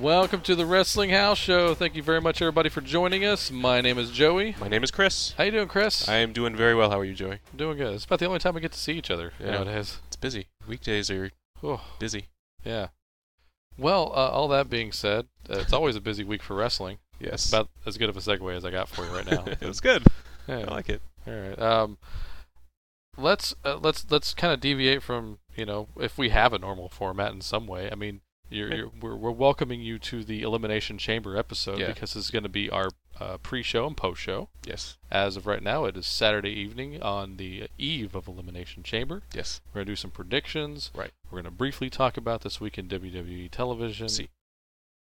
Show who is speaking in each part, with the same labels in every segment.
Speaker 1: Welcome to the Wrestling House Show. Thank you very much, everybody, for joining us. My name is Joey.
Speaker 2: My name is Chris.
Speaker 1: How you doing, Chris?
Speaker 2: I am doing very well. How are you, Joey?
Speaker 1: doing good. It's about the only time we get to see each other
Speaker 2: Yeah.
Speaker 1: nowadays.
Speaker 2: It's busy. Weekdays are
Speaker 1: Whew.
Speaker 2: busy.
Speaker 1: Yeah. Well, uh, all that being said, uh, it's always a busy week for wrestling.
Speaker 2: Yes.
Speaker 1: About as good of a segue as I got for you right now.
Speaker 2: it was good.
Speaker 1: Yeah.
Speaker 2: I like it.
Speaker 1: All right. Um, let's uh, let's let's kind of deviate from you know if we have a normal format in some way. I mean, you're,
Speaker 2: Yeah.
Speaker 1: you're we're, we're welcoming you to the Elimination Chamber episode
Speaker 2: Yeah.
Speaker 1: because it's going to be our uh, pre-show and post-show.
Speaker 2: Yes.
Speaker 1: As of right now, it is Saturday evening on the eve of Elimination Chamber.
Speaker 2: Yes.
Speaker 1: We're gonna do some predictions.
Speaker 2: Right.
Speaker 1: We're gonna briefly talk about this week in WWE television.
Speaker 2: See.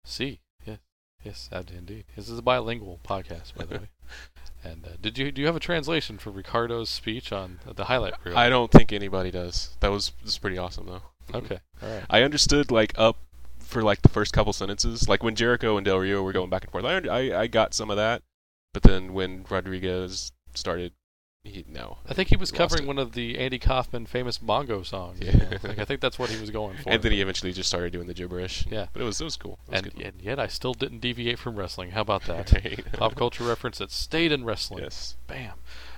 Speaker 1: See. Yes. Yes. ab- Indeed. This is a bilingual podcast, by the way. And uh, did you do you have a translation for Ricardo's speech on the highlight reel?
Speaker 2: I don't think anybody does. That was, was pretty awesome though.
Speaker 1: okay. All right.
Speaker 2: I understood like up for like the first couple sentences, like when Jericho and Del Rio were going back and forth. I I, I got some of that, but then when Rodriguez started, he no.
Speaker 1: I think he was
Speaker 2: lost
Speaker 1: covering
Speaker 2: it.
Speaker 1: one of the Andy Kaufman famous bongo songs. you
Speaker 2: Yeah.
Speaker 1: know? Like, I think that's what he was going for.
Speaker 2: And then he eventually just started doing the gibberish.
Speaker 1: Yeah.
Speaker 2: But it was it was cool. It was
Speaker 1: and,
Speaker 2: good.
Speaker 1: and yet I still didn't deviate from wrestling. How about that?
Speaker 2: Right.
Speaker 1: Pop culture reference that stayed in wrestling.
Speaker 2: Yes.
Speaker 1: Bam.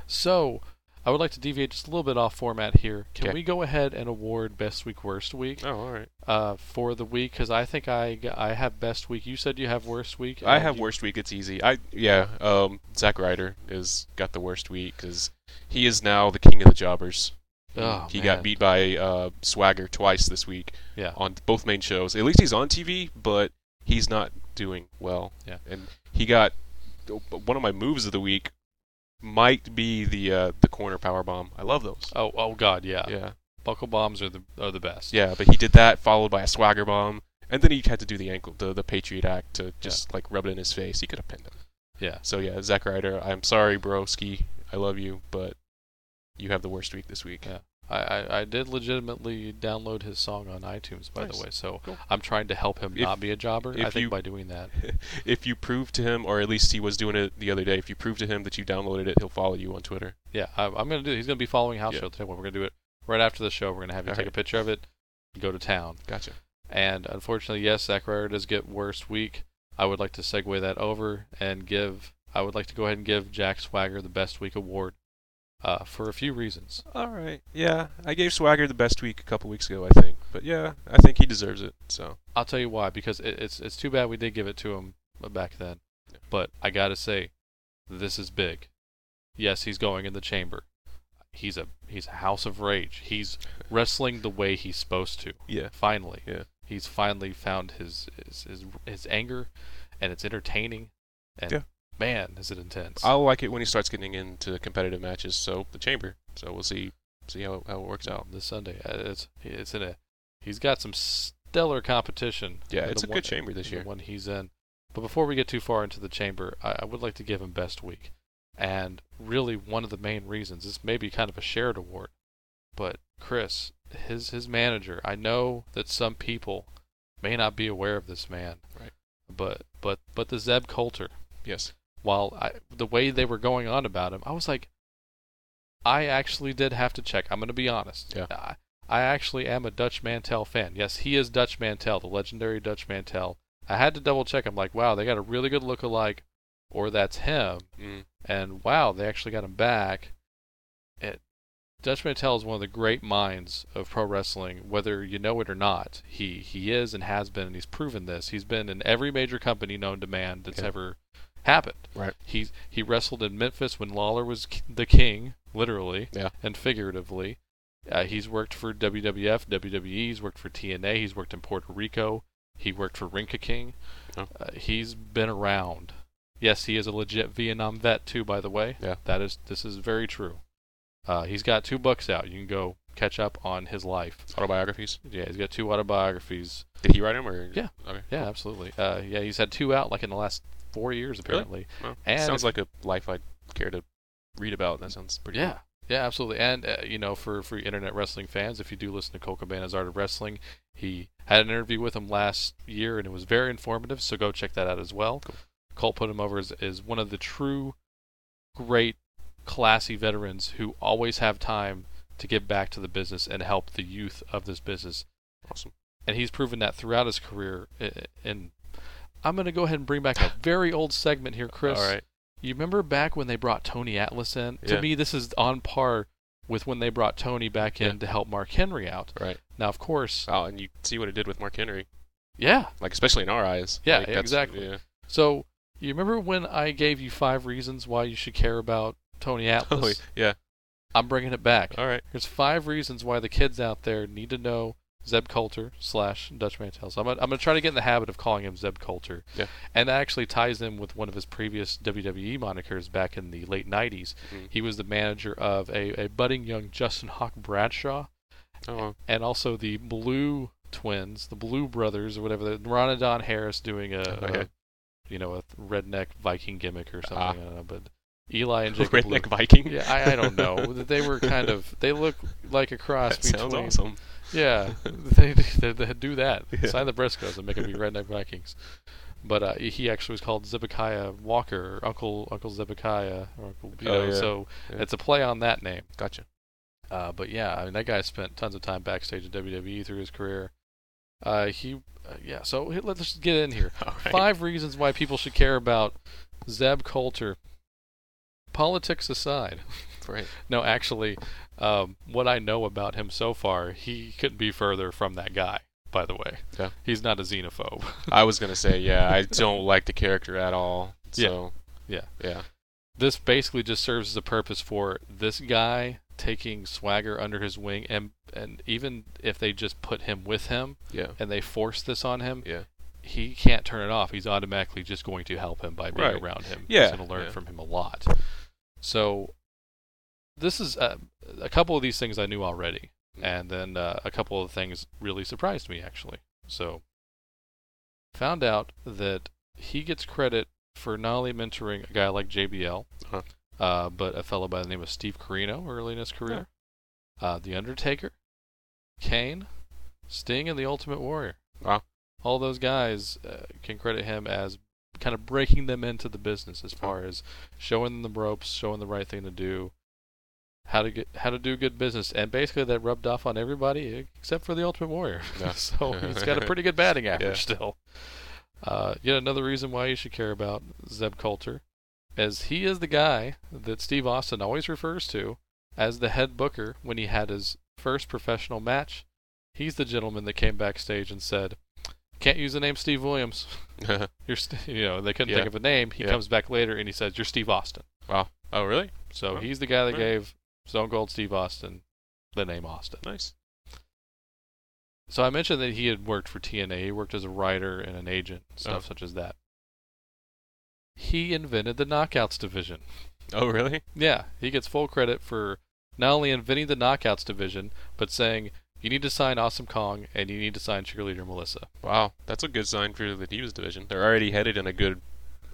Speaker 1: So, I would like to deviate just a little bit off format here. Can
Speaker 2: Okay.
Speaker 1: we go ahead and award best week, worst week
Speaker 2: Oh, all right.
Speaker 1: uh, for the week? Because I think I g- I have best week. You said you have worst week.
Speaker 2: I
Speaker 1: and
Speaker 2: have
Speaker 1: you-
Speaker 2: worst week. It's easy. I yeah. Um, Zack Ryder is got the worst week because he is now the king of the jobbers.
Speaker 1: Oh,
Speaker 2: he
Speaker 1: man.
Speaker 2: got beat by uh, Swagger twice this week
Speaker 1: Yeah.
Speaker 2: on both main shows. At least he's on TV, but he's not doing well.
Speaker 1: Yeah.
Speaker 2: And he got one of my moves of the week might be the uh, the corner power bomb. I love those.
Speaker 1: Oh oh God yeah.
Speaker 2: yeah.
Speaker 1: Buckle bombs are the are the best.
Speaker 2: Yeah, but he did that followed by a Swagger bomb. And then he had to do the ankle, the, the Patriot Act to just like rub it in his face. He could have pinned him.
Speaker 1: Yeah.
Speaker 2: So yeah, Zack Ryder, I'm sorry, broski. I love you, but you have the worst week this week.
Speaker 1: Yeah. I, I, I did legitimately download his song on iTunes by
Speaker 2: Nice.
Speaker 1: the way. So
Speaker 2: Cool.
Speaker 1: I'm trying to help him
Speaker 2: If-
Speaker 1: not be a jobber. I
Speaker 2: if
Speaker 1: think
Speaker 2: you-
Speaker 1: by doing that.
Speaker 2: If you prove to him, or at least he was doing it the other day, if you prove to him that you downloaded it, he'll follow you on Twitter.
Speaker 1: Yeah, I, I'm gonna do. He's gonna be following house
Speaker 2: Yeah.
Speaker 1: show today. We're gonna do it right after the show. We're gonna have you
Speaker 2: All
Speaker 1: take
Speaker 2: right.
Speaker 1: a picture of it, go to town.
Speaker 2: Gotcha.
Speaker 1: And unfortunately, yes, Zack Ryder does get worse week. I would like to segue that over and give. I would like to go ahead and give Jack Swagger the Best Week award uh, for a few reasons.
Speaker 2: All right. Yeah, I gave Swagger the best week a couple weeks ago, I think. But yeah, I think he deserves it. So
Speaker 1: I'll tell you why because it, it's it's too bad we did give it to him back then, but I gotta say, this is big. Yes, he's going in the chamber. He's a he's a house of rage. He's wrestling the way he's supposed to.
Speaker 2: yeah,
Speaker 1: finally.
Speaker 2: Yeah.
Speaker 1: He's finally found his his his, his anger, and it's entertaining. And
Speaker 2: Yeah.
Speaker 1: man, is it intense!
Speaker 2: I'll like it when he starts getting into competitive matches. So the Chamber. So we'll see see how how it works out.
Speaker 1: this Sunday, Uh, it's it's in a he's got some stellar competition.
Speaker 2: Yeah,
Speaker 1: in
Speaker 2: it's
Speaker 1: the
Speaker 2: a good chamber this
Speaker 1: in
Speaker 2: year.
Speaker 1: The one he's in. But before we get too far into the chamber, I, I would like to give him best week, and really one of the main reasons this may be kind of a shared award, but Chris, his his manager, I know that some people may not be aware of this man,
Speaker 2: Right.
Speaker 1: But but but the Zeb Coulter,
Speaker 2: Yes.
Speaker 1: while I, the way they were going on about him, I was like, I actually did have to check. I'm going to be honest.
Speaker 2: Yeah.
Speaker 1: I, I actually am a Dutch Mantel fan. Yes, he is Dutch Mantel, the legendary Dutch Mantel. I had to double check. I'm like, wow, they got a really good look alike, or that's him.
Speaker 2: Mm.
Speaker 1: And wow, they actually got him back. It, Dutch Mantel is one of the great minds of pro wrestling, whether you know it or not. He he is and has been, and he's proven this. He's been in every major company known to man that's
Speaker 2: Yeah.
Speaker 1: ever happened.
Speaker 2: Right.
Speaker 1: He he wrestled in Memphis when Lawler was k- the king, literally
Speaker 2: Yeah.
Speaker 1: and figuratively. Uh, he's worked for WWF, WWE. He's worked for TNA. He's worked in Puerto Rico. He worked for Rinka King.
Speaker 2: Oh.
Speaker 1: Uh, he's been around. Yes, he is a legit Vietnam vet too. By the way,
Speaker 2: Yeah.
Speaker 1: that is this is very true. Uh, he's got two books out. You can go catch up on his life.
Speaker 2: Autobiographies.
Speaker 1: Yeah, he's got two autobiographies.
Speaker 2: Did he write them or?
Speaker 1: Yeah.
Speaker 2: Okay.
Speaker 1: Yeah, absolutely. Uh, yeah, he's had two out like in the last four years apparently.
Speaker 2: Well,
Speaker 1: And
Speaker 2: sounds like a life I'd care to read about. That sounds pretty.
Speaker 1: yeah, yeah, absolutely. And uh, you know, for for internet wrestling fans, if you do listen to Cole Cabana's Art of Wrestling, he had an interview with him last year, and it was very informative. So go check that out as well. Colt put him over as, as one of the true great classy veterans who always have time to give back to the business and help the youth of this business
Speaker 2: Cool. Awesome.
Speaker 1: and he's proven that throughout his career i- in I'm going to go ahead and bring back a very old segment here, Chris.
Speaker 2: All right.
Speaker 1: You remember back when they brought Tony Atlas in?
Speaker 2: Yeah.
Speaker 1: To me, this is on par with when they brought Tony back in
Speaker 2: Yeah.
Speaker 1: to help Mark Henry out.
Speaker 2: Right.
Speaker 1: Now, of course,
Speaker 2: Oh, and you see what it did with Mark Henry,
Speaker 1: yeah.
Speaker 2: like especially in our eyes.
Speaker 1: Yeah,
Speaker 2: Like, that's-
Speaker 1: exactly.
Speaker 2: Yeah.
Speaker 1: So you remember when I gave you five reasons why you should care about Tony Atlas?
Speaker 2: Totally. Oh, Yeah.
Speaker 1: I'm bringing it back.
Speaker 2: All right.
Speaker 1: Here's five reasons why the kids out there need to know Zeb Coulter slash Dutch Mantel. So I'm gonna, I'm gonna try to get in the habit of calling him Zeb Coulter.
Speaker 2: Yeah.
Speaker 1: And that actually ties in with one of his previous WWE monikers back in the late 90s.
Speaker 2: Mhm.
Speaker 1: He was the manager of a, a budding young Justin Hawk Bradshaw
Speaker 2: Oh,
Speaker 1: and also the Blue Twins, the Blue Brothers or whatever. the- Ron and Don Harris doing a,
Speaker 2: Okay.
Speaker 1: a you know a redneck Viking gimmick or something.
Speaker 2: Ah.
Speaker 1: I don't know, but Eli and Jacob Blue.
Speaker 2: redneck Viking.
Speaker 1: Yeah, I, I don't know. They were kind of. They look like a cross
Speaker 2: that
Speaker 1: between.
Speaker 2: sounds awesome.
Speaker 1: Yeah, they, they, they do that.
Speaker 2: Yeah.
Speaker 1: Sign the Briscoes and make them be redneck Vikings. But uh, he actually was called Zebekiah Walker, or Uncle Uncle Zebekiah, or Uncle. You
Speaker 2: Oh,
Speaker 1: know,
Speaker 2: yeah.
Speaker 1: So
Speaker 2: Yeah.
Speaker 1: it's a play on that name.
Speaker 2: Gotcha.
Speaker 1: Uh, but yeah, I mean that guy spent tons of time backstage at WWE through his career. Uh, he, uh, yeah. So h- let's just get in here.
Speaker 2: All right.
Speaker 1: Five reasons why people should care about Zeb Coulter. Politics aside.
Speaker 2: Right.
Speaker 1: No, actually, um, what I know about him so far, he couldn't be further from that guy. By the way,
Speaker 2: Yeah.
Speaker 1: he's not a xenophobe.
Speaker 2: I was gonna say, yeah, I don't like the character at all.
Speaker 1: Yeah.
Speaker 2: So.
Speaker 1: Yeah.
Speaker 2: Yeah.
Speaker 1: This basically just serves as a purpose for this guy taking Swagger under his wing, and and even if they just put him with him
Speaker 2: Yeah.
Speaker 1: and they force this on him,
Speaker 2: Yeah.
Speaker 1: he can't turn it off. He's automatically just going to help him by being
Speaker 2: Right.
Speaker 1: around him.
Speaker 2: Yeah,
Speaker 1: He's going to learn
Speaker 2: yeah.
Speaker 1: from him a lot. So this is uh, a couple of these things I knew already,
Speaker 2: Mm.
Speaker 1: and then uh, a couple of things really surprised me actually. So found out that he gets credit for not only mentoring a guy like JBL,
Speaker 2: Uh-huh.
Speaker 1: uh, but a fellow by the name of Steve Carino early in his career, uh, The Undertaker, Kane, Sting, and The Ultimate Warrior.
Speaker 2: Wow.
Speaker 1: All those guys uh, can credit him as kind of breaking them into the business as far as showing them the ropes, showing the right thing to do, how to get how to do good business, and basically that rubbed off on everybody except for the Ultimate Warrior.
Speaker 2: Yeah.
Speaker 1: so he's got a pretty good batting average
Speaker 2: Yeah.
Speaker 1: still. Uh, yet another reason why you should care about Zeb Coulter, as he is the guy that Steve Austin always refers to as the head booker when he had his first professional match. He's the gentleman that came backstage and said, "Can't use the name Steve Williams." you're st- you know they couldn't
Speaker 2: Yeah.
Speaker 1: think of a name. He
Speaker 2: Yeah.
Speaker 1: comes back later and he says, "You're Steve Austin."
Speaker 2: oh, really?
Speaker 1: So
Speaker 2: Oh,
Speaker 1: he's the guy that
Speaker 2: alright.
Speaker 1: gave Stone Cold Steve Austin the name Austin.
Speaker 2: Nice.
Speaker 1: So I mentioned that he had worked for TNA. He worked as a writer and an agent, stuff
Speaker 2: Uh-huh.
Speaker 1: such as that. He invented the Knockouts division.
Speaker 2: Oh, really?
Speaker 1: Yeah, he gets full credit for not only inventing the Knockouts division, but saying you need to sign Awesome Kong and you need to sign Cheerleader Melissa.
Speaker 2: Wow, that's a good sign for the Divas division. They're already headed in a good,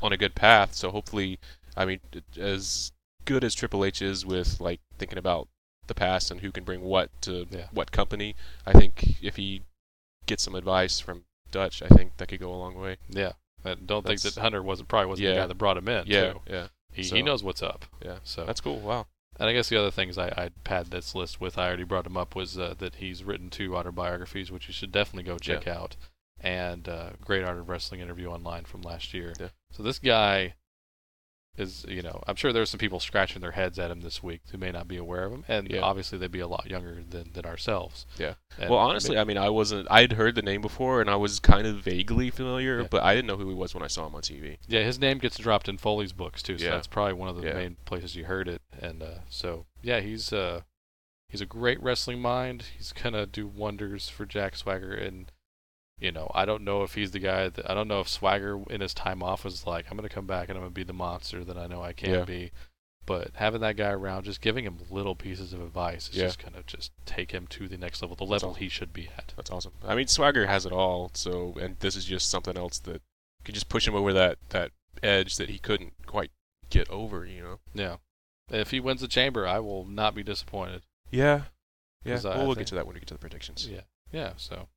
Speaker 2: on a good path. So hopefully, I mean, as good as Triple H is with like thinking about the past and who can bring what to
Speaker 1: Yeah.
Speaker 2: what company, I think if he gets some advice from Dutch, I think that could go a long way.
Speaker 1: Yeah, I don't think
Speaker 2: That's-
Speaker 1: that Hunter wasn't probably wasn't the
Speaker 2: Yeah.
Speaker 1: guy that brought him in.
Speaker 2: yeah,
Speaker 1: too.
Speaker 2: yeah,
Speaker 1: he,
Speaker 2: so-
Speaker 1: he knows what's up.
Speaker 2: yeah.
Speaker 1: So
Speaker 2: That's cool. Wow.
Speaker 1: And I guess the other things I, I pad this list with, I already brought him up, was uh, that he's written two autobiographies, which you should definitely go check out, and uh, Great Art of Wrestling interview online from last year.
Speaker 2: Yeah.
Speaker 1: So this guy is, you know, I'm sure there's some people scratching their heads at him this week who may not be aware of him, and
Speaker 2: Yeah.
Speaker 1: obviously they'd be a lot younger than, than ourselves.
Speaker 2: Yeah.
Speaker 1: And
Speaker 2: well, honestly, I mean, I wasn't. I'd heard the name before, and I was kind of vaguely familiar,
Speaker 1: Yeah.
Speaker 2: but I didn't know who he was when I saw him on TV.
Speaker 1: Yeah, his name gets dropped in Foley's books too, so
Speaker 2: Yeah.
Speaker 1: that's probably one of the
Speaker 2: Yeah.
Speaker 1: main places you heard it. And uh, so, yeah, he's uh, he's a great wrestling mind. He's gonna do wonders for Jack Swagger, and you know, I don't know if he's the guy. That, I don't know if Swagger in his time off was like, I'm gonna come back and I'm gonna be the monster that I know I can
Speaker 2: Yeah.
Speaker 1: be. But having that guy around, just giving him little pieces of advice, is
Speaker 2: Yeah.
Speaker 1: just gonna just take him to the next level, the level
Speaker 2: awesome.
Speaker 1: he should be at.
Speaker 2: That's awesome. I mean, Swagger has it all. So, and this is just something else that could just push him over that that edge that he couldn't quite get over. You know.
Speaker 1: Yeah. If he wins the chamber, I will not be disappointed.
Speaker 2: Yeah. Yeah.
Speaker 1: 'Cause I-
Speaker 2: we'll
Speaker 1: I
Speaker 2: we'll
Speaker 1: think-
Speaker 2: get to that when we get to the predictions.
Speaker 1: Yeah, yeah. So,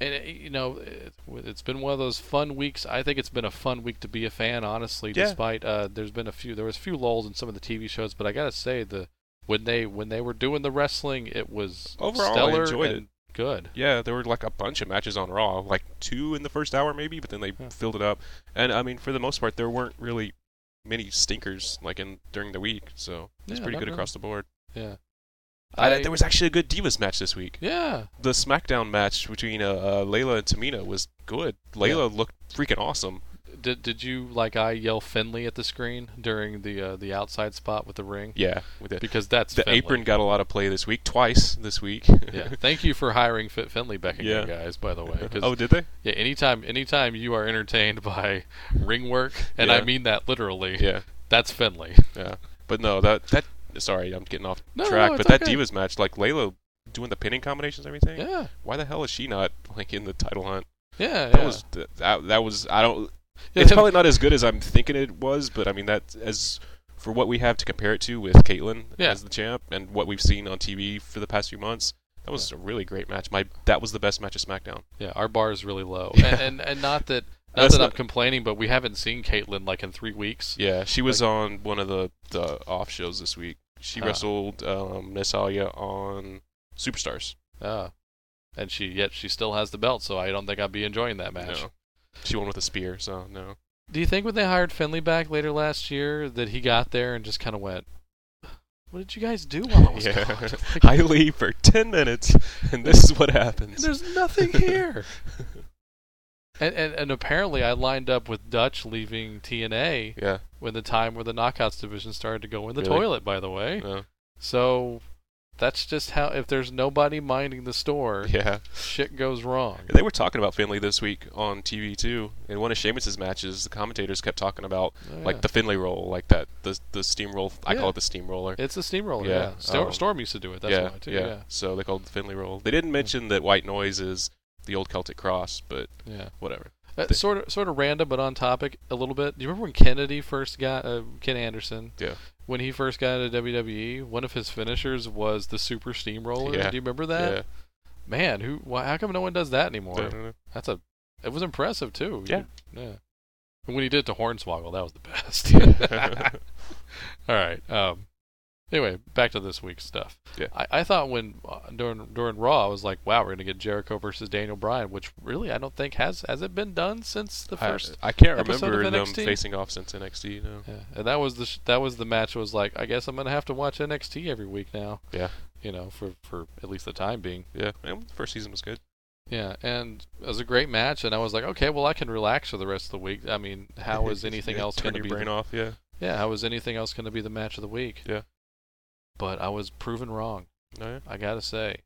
Speaker 1: and it, you know, it, it's been one of those fun weeks. I think it's been a fun week to be a fan, honestly.
Speaker 2: Yeah.
Speaker 1: Despite uh, there's been a few, there was a few lulls in some of the TV shows, but I gotta say the when they when they were doing the wrestling, it was
Speaker 2: Overall, I
Speaker 1: stellar
Speaker 2: enjoyed
Speaker 1: and good.
Speaker 2: Yeah, there were like a bunch of matches on Raw, like two in the first hour maybe, but then they
Speaker 1: Huh.
Speaker 2: filled it up. And I mean, for the most part, there weren't really many stinkers like in during the week, so it's
Speaker 1: Yeah,
Speaker 2: pretty
Speaker 1: not
Speaker 2: good
Speaker 1: really.
Speaker 2: across the board.
Speaker 1: Yeah.
Speaker 2: I, there was actually a good Divas match this week.
Speaker 1: yeah.
Speaker 2: The SmackDown match between uh, uh, Layla and Tamina was good. Layla looked freaking awesome.
Speaker 1: Did did you like I yell Finley at the screen during the uh, the outside spot with the ring?
Speaker 2: Yeah, with the,
Speaker 1: Because that's
Speaker 2: the
Speaker 1: Finley.
Speaker 2: apron got a lot of play this week, twice this week.
Speaker 1: yeah. Thank you for hiring Fit Finley back again, guys. By the way, 'cause,
Speaker 2: oh, did they?
Speaker 1: yeah, anytime anytime you are entertained by ring work, and I
Speaker 2: Yeah.
Speaker 1: mean that literally,
Speaker 2: Yeah.
Speaker 1: that's Finley.
Speaker 2: Yeah, but no, that that. Sorry, I'm getting off
Speaker 1: No, no,
Speaker 2: track.
Speaker 1: no,
Speaker 2: but
Speaker 1: it's
Speaker 2: that
Speaker 1: okay.
Speaker 2: Divas match, like Layla doing the pinning combinations, and everything.
Speaker 1: Yeah,
Speaker 2: Why the hell is she not like in the title hunt?
Speaker 1: yeah,
Speaker 2: That
Speaker 1: yeah.
Speaker 2: was that, that was I don't.
Speaker 1: Yeah,
Speaker 2: it's
Speaker 1: have-
Speaker 2: probably not as good as I'm thinking it was, but I mean that as for what we have to compare it to with Caitlyn
Speaker 1: Yeah.
Speaker 2: as the champ and what we've seen on TV for the past few months. That was a really great match. My that was the best match of SmackDown.
Speaker 1: Yeah, our bar is really low,
Speaker 2: Yeah.
Speaker 1: and, and and not that not
Speaker 2: That's
Speaker 1: that I'm
Speaker 2: not-
Speaker 1: complaining, but we haven't seen Caitlyn like in three weeks.
Speaker 2: Yeah, she was on one of the, the off shows this week. She
Speaker 1: Ah.
Speaker 2: wrestled um, Natalia on Superstars.
Speaker 1: Uh, and she yet she still has the belt, so I don't think I'd be enjoying that match.
Speaker 2: No. She won with a spear, so no.
Speaker 1: Do you think when they hired Finley back later last year that he got there and just kind of went, "What did you guys do while I was gone? Like,
Speaker 2: I leave for 10 minutes, and this is what happens.
Speaker 1: there's nothing here." and, and and apparently I lined up with Dutch leaving TNA
Speaker 2: Yeah.
Speaker 1: when the time where the Knockouts division started to go in the
Speaker 2: Really?
Speaker 1: toilet. By the way.
Speaker 2: no.
Speaker 1: So that's just how if there's nobody minding the store,
Speaker 2: Yeah.
Speaker 1: shit goes wrong.
Speaker 2: They were talking about Finley this week on TV, too. In one of Sheamus's matches, the commentators kept talking about,
Speaker 1: Oh, yeah.
Speaker 2: like, the Finley roll, like that, the the steamroll. I
Speaker 1: Yeah.
Speaker 2: call it the steamroller.
Speaker 1: it's a steamroller. Yeah,
Speaker 2: Yeah,
Speaker 1: Stor-
Speaker 2: um,
Speaker 1: Storm used to do it. That's
Speaker 2: yeah,
Speaker 1: why too.
Speaker 2: yeah.
Speaker 1: Yeah,
Speaker 2: So they called it the Finley roll. They didn't mention that white noise is the old Celtic cross, but
Speaker 1: yeah.
Speaker 2: whatever.
Speaker 1: Uh,
Speaker 2: They-
Speaker 1: sort of, sort of random, but on topic a little bit. Do you remember when Kennedy first got uh, Ken Anderson?
Speaker 2: Yeah.
Speaker 1: When he first got into WWE, one of his finishers was the Super Steamroller.
Speaker 2: Yeah.
Speaker 1: Do you remember that?
Speaker 2: yeah.
Speaker 1: Man, who? Why, how come no one does that anymore?
Speaker 2: I don't know.
Speaker 1: That's a. It was impressive too.
Speaker 2: Yeah.
Speaker 1: Yeah. And when he did it to Hornswoggle, that was the best.
Speaker 2: Yeah.
Speaker 1: All right. Um. Anyway, back to this week's stuff.
Speaker 2: Yeah.
Speaker 1: I, I thought when uh, during during Raw, I was like, "Wow, we're gonna get Jericho versus Daniel Bryan," which really I don't think has has it been done since the
Speaker 2: I-
Speaker 1: first.
Speaker 2: I, can't
Speaker 1: episode
Speaker 2: remember
Speaker 1: of
Speaker 2: them
Speaker 1: NXT?
Speaker 2: facing off since NXT, no.
Speaker 1: yeah. And that was the sh- that was the match. I was like, I guess I'm gonna have to watch NXT every week now.
Speaker 2: Yeah.
Speaker 1: You know, for for at least the time being.
Speaker 2: Yeah, well, the first season was good.
Speaker 1: Yeah. And it was a great match, and I was like, okay, well, I can relax for the rest of the week. I mean, how is anything
Speaker 2: Yeah,
Speaker 1: else
Speaker 2: Turn
Speaker 1: gonna
Speaker 2: your
Speaker 1: be?
Speaker 2: brain
Speaker 1: the-
Speaker 2: off. Yeah.
Speaker 1: yeah. How is anything else gonna be the match of the week?
Speaker 2: Yeah.
Speaker 1: But I was proven wrong.
Speaker 2: No, Oh, yeah.
Speaker 1: I gotta say,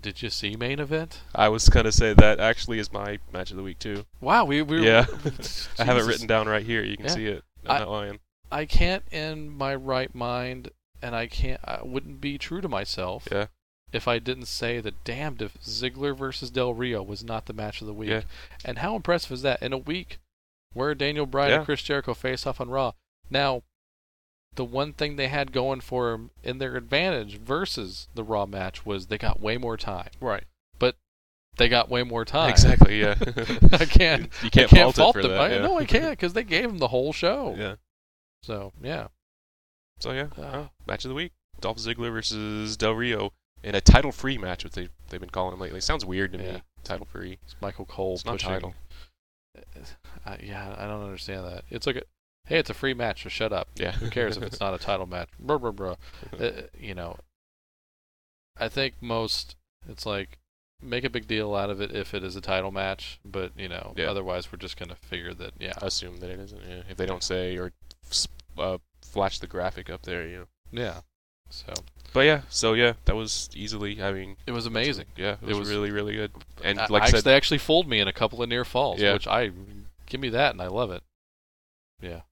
Speaker 1: did you see main event?
Speaker 2: I was gonna say that actually is my match of the week too.
Speaker 1: Wow, we we
Speaker 2: Yeah.
Speaker 1: Jesus.
Speaker 2: I have it written down right here. You can
Speaker 1: Yeah.
Speaker 2: see it. I'm
Speaker 1: I-
Speaker 2: not lying.
Speaker 1: I can't in my right mind, and I can't. I wouldn't be true to myself.
Speaker 2: Yeah.
Speaker 1: If I didn't say that, damned if Ziggler versus Del Rio was not the match of the week,
Speaker 2: Yeah.
Speaker 1: and how impressive is that in a week where Daniel Bryan and
Speaker 2: Yeah.
Speaker 1: Chris Jericho face off on Raw? Now, the one thing they had going for them in their advantage versus the Raw match was they got way more time.
Speaker 2: Right.
Speaker 1: They got way more time.
Speaker 2: Exactly. Yeah.
Speaker 1: I can't.
Speaker 2: You
Speaker 1: I can't
Speaker 2: can't, fault, it for
Speaker 1: them.
Speaker 2: that.
Speaker 1: I,
Speaker 2: yeah.
Speaker 1: No, I can't because they gave him the whole show.
Speaker 2: Yeah.
Speaker 1: So yeah,
Speaker 2: So yeah,
Speaker 1: Ah.
Speaker 2: uh, match of the week: Dolph Ziggler versus Del Rio in a title-free match, which they they've been calling them lately. Sounds weird to
Speaker 1: Yeah.
Speaker 2: me. Title-free.
Speaker 1: it's Michael Cole
Speaker 2: It's not
Speaker 1: pushing.
Speaker 2: title.
Speaker 1: I, uh, yeah, I don't understand that. It's like, a, hey, it's a free match, so shut up.
Speaker 2: Yeah.
Speaker 1: Who cares if it's not a title match? Blah blah blah. Uh, you know, I think most it's like make a big deal out of it if it is a title match, but you know,
Speaker 2: Yeah.
Speaker 1: otherwise we're just gonna figure that yeah,
Speaker 2: I assume that it isn't. Yeah. If they don't say or s- uh, flash the graphic up there, you know.
Speaker 1: yeah. So
Speaker 2: But yeah, so yeah, that was easily. I mean,
Speaker 1: it was amazing.
Speaker 2: Yeah, it
Speaker 1: It
Speaker 2: was,
Speaker 1: was-
Speaker 2: really, really good. And
Speaker 1: I-
Speaker 2: like
Speaker 1: I
Speaker 2: I
Speaker 1: actually,
Speaker 2: said,
Speaker 1: they actually fooled me in a couple of near falls,
Speaker 2: Yeah.
Speaker 1: which I give me that, and I love it. Yeah,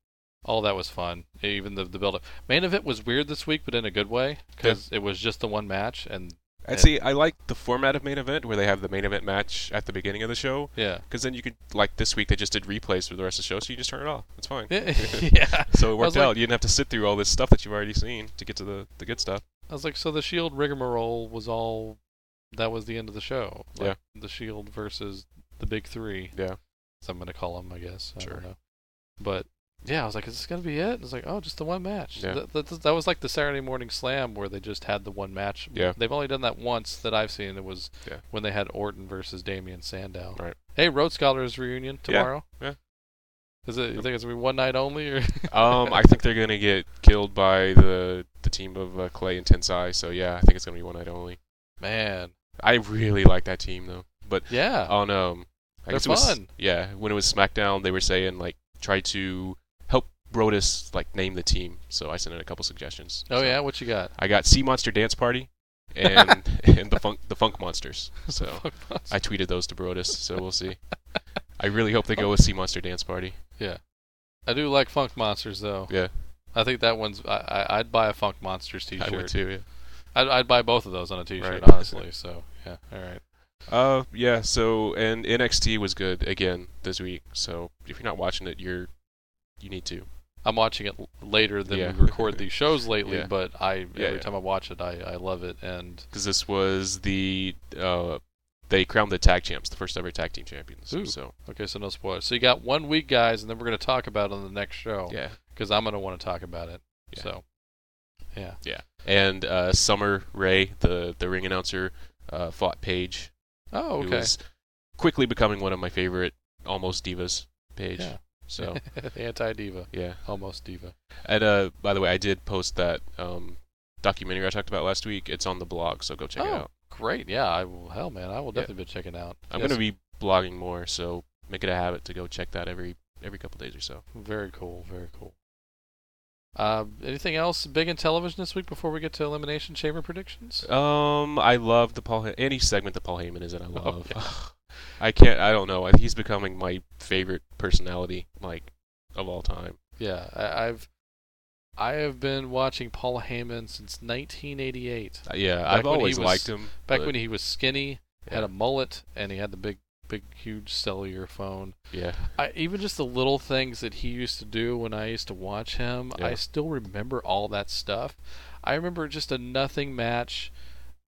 Speaker 1: all that was fun. Even the the build up. Main event was weird this week, but in a good way because it was just the one match, and
Speaker 2: I'd say I like the format of main event where they have the main event match at the beginning of the show
Speaker 1: yeah,
Speaker 2: because then you could like this week they just did replays for the rest of the show, so you just turn it off. It's fine.
Speaker 1: yeah.
Speaker 2: So it
Speaker 1: was
Speaker 2: worked
Speaker 1: like-
Speaker 2: out. You didn't have to sit through all this stuff that you've already seen to get to the, the good stuff.
Speaker 1: I was like, so the Shield rigmarole was all. That was the end of the show. Like, The Shield E versus the Big Three.
Speaker 2: Yeah.
Speaker 1: So I'm gonna call them, I guess. I
Speaker 2: Sure.
Speaker 1: don't know. But yeah, I was like, is this gonna be it? And it's like, oh, just the one match.
Speaker 2: Yeah.
Speaker 1: Th- th- th- that was like the Saturday Morning Slam where they just had the one match.
Speaker 2: Yeah.
Speaker 1: They've only done that once that I've seen. It was
Speaker 2: Yeah.
Speaker 1: when they had Orton versus Damian Sandow.
Speaker 2: Right.
Speaker 1: Hey, Road Scholars reunion tomorrow.
Speaker 2: yeah.
Speaker 1: Is it? You think it's gonna be one night only, or
Speaker 2: Um, I think they're gonna get killed by the the team of uh, Clay and Tensai. So yeah, I think it's gonna be one night only.
Speaker 1: man?
Speaker 2: I really like that team though. But
Speaker 1: Yeah.
Speaker 2: on um, I
Speaker 1: They're
Speaker 2: guess it was-
Speaker 1: fun.
Speaker 2: yeah, when it was SmackDown, they were saying like try to help Brodus like name the team. So I sent in a couple suggestions.
Speaker 1: oh
Speaker 2: So
Speaker 1: yeah. What you got?
Speaker 2: I got Sea Monster Dance Party and and the Funk the Funk Monsters. So I tweeted those to Brodus. So we'll see. I really hope they
Speaker 1: Oh.
Speaker 2: go with Sea Monster Dance Party.
Speaker 1: I do like Funk Monsters though.
Speaker 2: Yeah.
Speaker 1: I think that one's. I, I I'd buy a Funk Monsters T-shirt.
Speaker 2: I would too. Yeah.
Speaker 1: I'd, I'd buy both of those on a T-shirt,
Speaker 2: Right.
Speaker 1: honestly. So yeah. All right.
Speaker 2: Uh, yeah. So and NXT was good again this week. So if you're not watching it, you're you need to.
Speaker 1: I'm watching it l- later than
Speaker 2: Yeah.
Speaker 1: we record these shows lately,
Speaker 2: Yeah.
Speaker 1: but I
Speaker 2: Yeah,
Speaker 1: every
Speaker 2: yeah.
Speaker 1: time I watch it, I, I love it. And
Speaker 2: because this was the uh, they crowned the tag champs, the first ever tag team champions.
Speaker 1: Ooh.
Speaker 2: So
Speaker 1: okay, so no spoilers. So you got one week, guys, and then we're gonna talk about it on the next show
Speaker 2: yeah,
Speaker 1: because I'm gonna want to talk about it.
Speaker 2: Yeah.
Speaker 1: So yeah,
Speaker 2: and uh, Summer Ray, the the ring announcer, uh, fought Paige,
Speaker 1: oh
Speaker 2: who
Speaker 1: okay,
Speaker 2: was quickly becoming one of my favorite almost divas. Paige.
Speaker 1: Yeah.
Speaker 2: So
Speaker 1: anti diva,
Speaker 2: yeah,
Speaker 1: almost diva.
Speaker 2: and uh, by the way, I did post that um, documentary I talked about last week. It's on the blog, so go check it
Speaker 1: Oh.
Speaker 2: out.
Speaker 1: Great, yeah. I will. Hell, man, I will
Speaker 2: Yeah.
Speaker 1: definitely be checking out.
Speaker 2: I'm
Speaker 1: Yes,
Speaker 2: gonna be blogging more, so make it a habit to go check that every every couple days or so.
Speaker 1: very cool, very cool. Uh, anything else big in television this week before we get to elimination chamber predictions?
Speaker 2: Um, I love the Paul any segment that Paul Heyman is in. I love.
Speaker 1: yeah.
Speaker 2: I can't. I don't know. I- He's becoming my favorite personality, like of all time.
Speaker 1: Yeah, I, I've I have been watching Paul Heyman since 1988.
Speaker 2: Uh, Yeah,
Speaker 1: Back
Speaker 2: I've
Speaker 1: when he
Speaker 2: always
Speaker 1: was-
Speaker 2: liked him.
Speaker 1: Back
Speaker 2: but-
Speaker 1: when he was skinny,
Speaker 2: yeah,
Speaker 1: had a mullet, and he had the big, big, huge cellular phone.
Speaker 2: yeah,
Speaker 1: I, even just the little things that he used to do when I used to watch him,
Speaker 2: Yeah.
Speaker 1: I still remember all that stuff. I remember just a nothing match.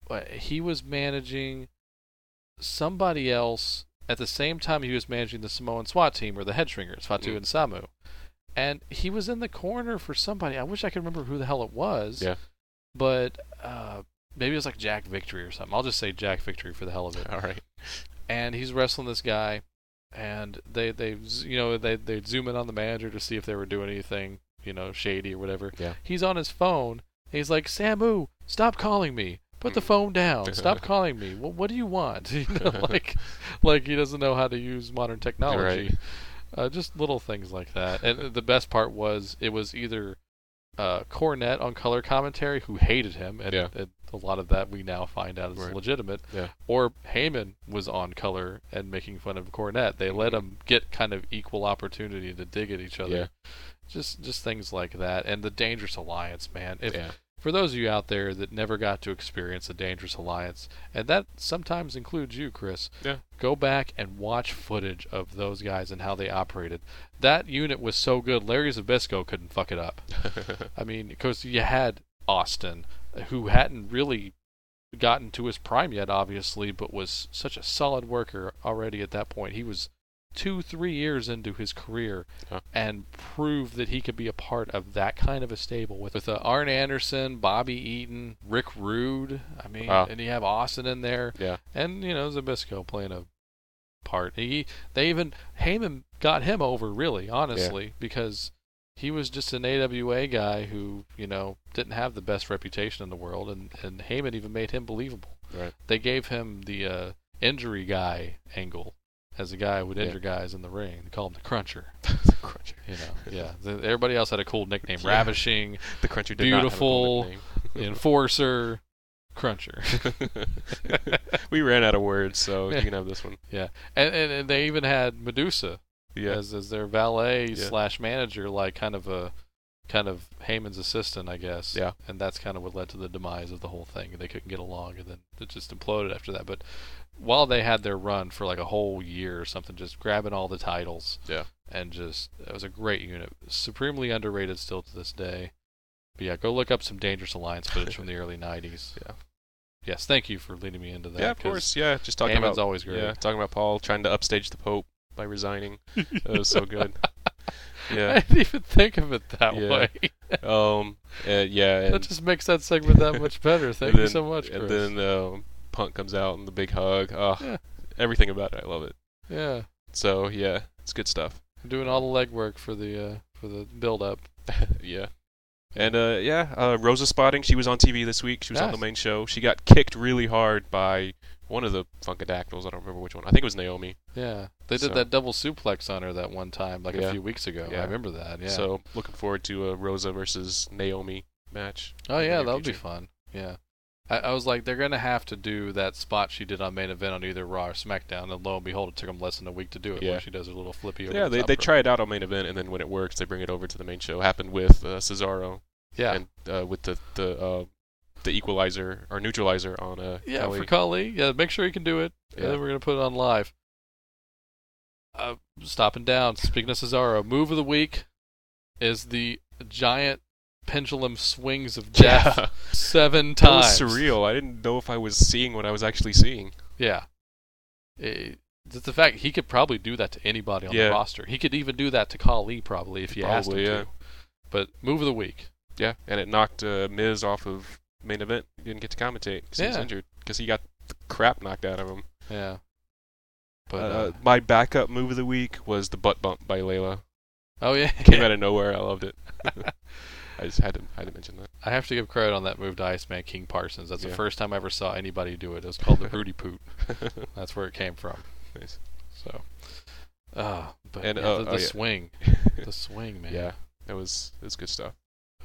Speaker 1: Uh, He was managing somebody else at the same time he was managing the Samoan SWAT team or the head shrinkers, Fatu
Speaker 2: Mm.
Speaker 1: and Samu. And he was in the corner for somebody. I wish I could remember who the hell it was.
Speaker 2: Yeah.
Speaker 1: But uh, maybe it was like Jack Victory or something. I'll just say Jack Victory for the hell of it
Speaker 2: All right.
Speaker 1: and he's wrestling this guy, and they they z- you know they they zoom in on the manager to see if they were doing anything you know shady or whatever.
Speaker 2: Yeah.
Speaker 1: He's on his phone. and he's like, Samu, stop calling me. Put the
Speaker 2: Hmm.
Speaker 1: phone down. Stop calling me. What, what do you want? You know, like, like he doesn't know how to use modern technology.
Speaker 2: Right.
Speaker 1: Uh, just little things like that. And the best part was it was either uh, Cornette on color commentary who hated him, and,
Speaker 2: Yeah.
Speaker 1: and a lot of that we now find out is
Speaker 2: Right.
Speaker 1: legitimate,
Speaker 2: Yeah.
Speaker 1: or Heyman was on color and making fun of Cornette. They let them get kind of equal opportunity to dig at each other.
Speaker 2: Mm-hmm. Yeah.
Speaker 1: Just just things like that. And the Dangerous Alliance, man. If,
Speaker 2: Yeah.
Speaker 1: For those of you out there that never got to experience the Dangerous Alliance, and that sometimes includes you, Chris,
Speaker 2: Yeah.
Speaker 1: go back and watch footage of those guys and how they operated. That unit was so good, Larry Zabisco couldn't fuck it up. I mean, because you had Austin, who hadn't really gotten to his prime yet, obviously, but was such a solid worker already at that point. He was two, three years into his career
Speaker 2: Huh.
Speaker 1: and proved that he could be a part of that kind of a stable with, with uh, Arn Anderson, Bobby Eaton, Rick Rude. I mean,
Speaker 2: Wow.
Speaker 1: and you have Austin in there.
Speaker 2: Yeah.
Speaker 1: And, you know, Zabisco playing a part. He, they even, Heyman got him over, really, honestly, because he was just an AWA guy who, you know, didn't have the best reputation in the world, and and Heyman even made him believable.
Speaker 2: Right.
Speaker 1: They gave him the uh, injury guy angle as a guy who would
Speaker 2: Yeah.
Speaker 1: injure guys in the ring. They call him the Cruncher.
Speaker 2: the Cruncher.
Speaker 1: You know, yeah. The, everybody else had a cool nickname:
Speaker 2: Yeah.
Speaker 1: Ravishing,
Speaker 2: The Cruncher. Did
Speaker 1: Beautiful.
Speaker 2: Not have
Speaker 1: Enforcer, Cruncher.
Speaker 2: a common name. we ran out of words, so
Speaker 1: Yeah.
Speaker 2: you can have this one.
Speaker 1: And, and and they even had Medusa
Speaker 2: Yeah.
Speaker 1: as as their valet
Speaker 2: Yeah.
Speaker 1: slash manager, like kind of a kind of Heyman's assistant, I guess.
Speaker 2: Yeah.
Speaker 1: And that's kind of what led to the demise of the whole thing. They couldn't get along, and then it just imploded after that. But while they had their run for like a whole year or something, just grabbing all the titles.
Speaker 2: Yeah.
Speaker 1: And just it was a great unit, supremely underrated still to this day. But yeah, go look up some Dangerous Alliance footage from the early '90s.
Speaker 2: Yeah.
Speaker 1: Yes, thank you for leading me into that.
Speaker 2: Yeah, of
Speaker 1: 'cause
Speaker 2: course. Yeah, just talking
Speaker 1: Heyman's
Speaker 2: about
Speaker 1: always great.
Speaker 2: yeah, talking about Paul trying to upstage the Pope by resigning. That was so good.
Speaker 1: I
Speaker 2: yeah.
Speaker 1: didn't even think of it that
Speaker 2: Yeah.
Speaker 1: way.
Speaker 2: Um. Uh, yeah. And,
Speaker 1: that just makes that segment that much better. Thank
Speaker 2: and
Speaker 1: you
Speaker 2: then-
Speaker 1: so much, Chris.
Speaker 2: And then um, Punk comes out and the big hug. Ugh,
Speaker 1: Yeah.
Speaker 2: Everything about it, I love it.
Speaker 1: yeah,
Speaker 2: So yeah, it's good stuff.
Speaker 1: I'm doing all the legwork for the uh, for the build up.
Speaker 2: yeah. And uh, yeah, uh, Rosa Spotting. She was on TV this week. She was on the
Speaker 1: Nice.
Speaker 2: main show. She got kicked really hard by one of the Funkadactyls. I don't remember which one. I think it was Naomi.
Speaker 1: Yeah, they did
Speaker 2: So-
Speaker 1: that double suplex on her that one time, like
Speaker 2: Yeah.
Speaker 1: a few weeks ago.
Speaker 2: Yeah.
Speaker 1: I remember that. Yeah.
Speaker 2: So looking forward to a Rosa versus Naomi match.
Speaker 1: oh
Speaker 2: in the
Speaker 1: yeah,
Speaker 2: near
Speaker 1: that would be
Speaker 2: future.
Speaker 1: fun. Yeah. I, I was like, they're gonna have to do that spot she did on main event on either Raw or SmackDown, and lo and behold, it took them less than a week to do it.
Speaker 2: Yeah.
Speaker 1: Where she does her little flippy. Over
Speaker 2: Yeah,
Speaker 1: the
Speaker 2: they,
Speaker 1: top
Speaker 2: they
Speaker 1: rope.
Speaker 2: try it out on main event, and then when it works, they bring it over to the main show. Happened with uh, Cesaro
Speaker 1: Yeah.
Speaker 2: and uh, with the the uh, the equalizer or neutralizer on uh,
Speaker 1: yeah,
Speaker 2: Kelly.
Speaker 1: for Kali. Yeah, make sure you can do it, and
Speaker 2: Yeah.
Speaker 1: then we're gonna put it on live. Uh, stopping down. Speaking of Cesaro, move of the week is the giant pendulum swings of death
Speaker 2: Yeah.
Speaker 1: seven
Speaker 2: That was
Speaker 1: times.
Speaker 2: surreal. I didn't know if I was seeing what I was actually seeing.
Speaker 1: Yeah. Eh, just the fact he could probably do that to anybody on
Speaker 2: Yeah.
Speaker 1: the roster. He could even do that to Kali probably if you asked him
Speaker 2: Probably, yeah.
Speaker 1: to. But move of the week.
Speaker 2: Yeah, and it knocked uh, Miz off of main event. He didn't get to commentate because he was
Speaker 1: Yeah.
Speaker 2: injured. Because he got the crap knocked out of him.
Speaker 1: Yeah.
Speaker 2: Uh,
Speaker 1: But uh,
Speaker 2: my backup move of the week was the butt bump by Layla.
Speaker 1: oh yeah.
Speaker 2: Came out of nowhere. I loved it. I just had to had to mention that.
Speaker 1: I have to give credit on that move to Iceman King Parsons. That's
Speaker 2: Yeah.
Speaker 1: the first time I ever saw anybody do it. It was called the Broody Poot. That's where it came from.
Speaker 2: Nice.
Speaker 1: So, uh, but
Speaker 2: And,
Speaker 1: yeah,
Speaker 2: uh,
Speaker 1: the, the
Speaker 2: oh, yeah.
Speaker 1: swing, the swing, man.
Speaker 2: yeah, that was it was good stuff.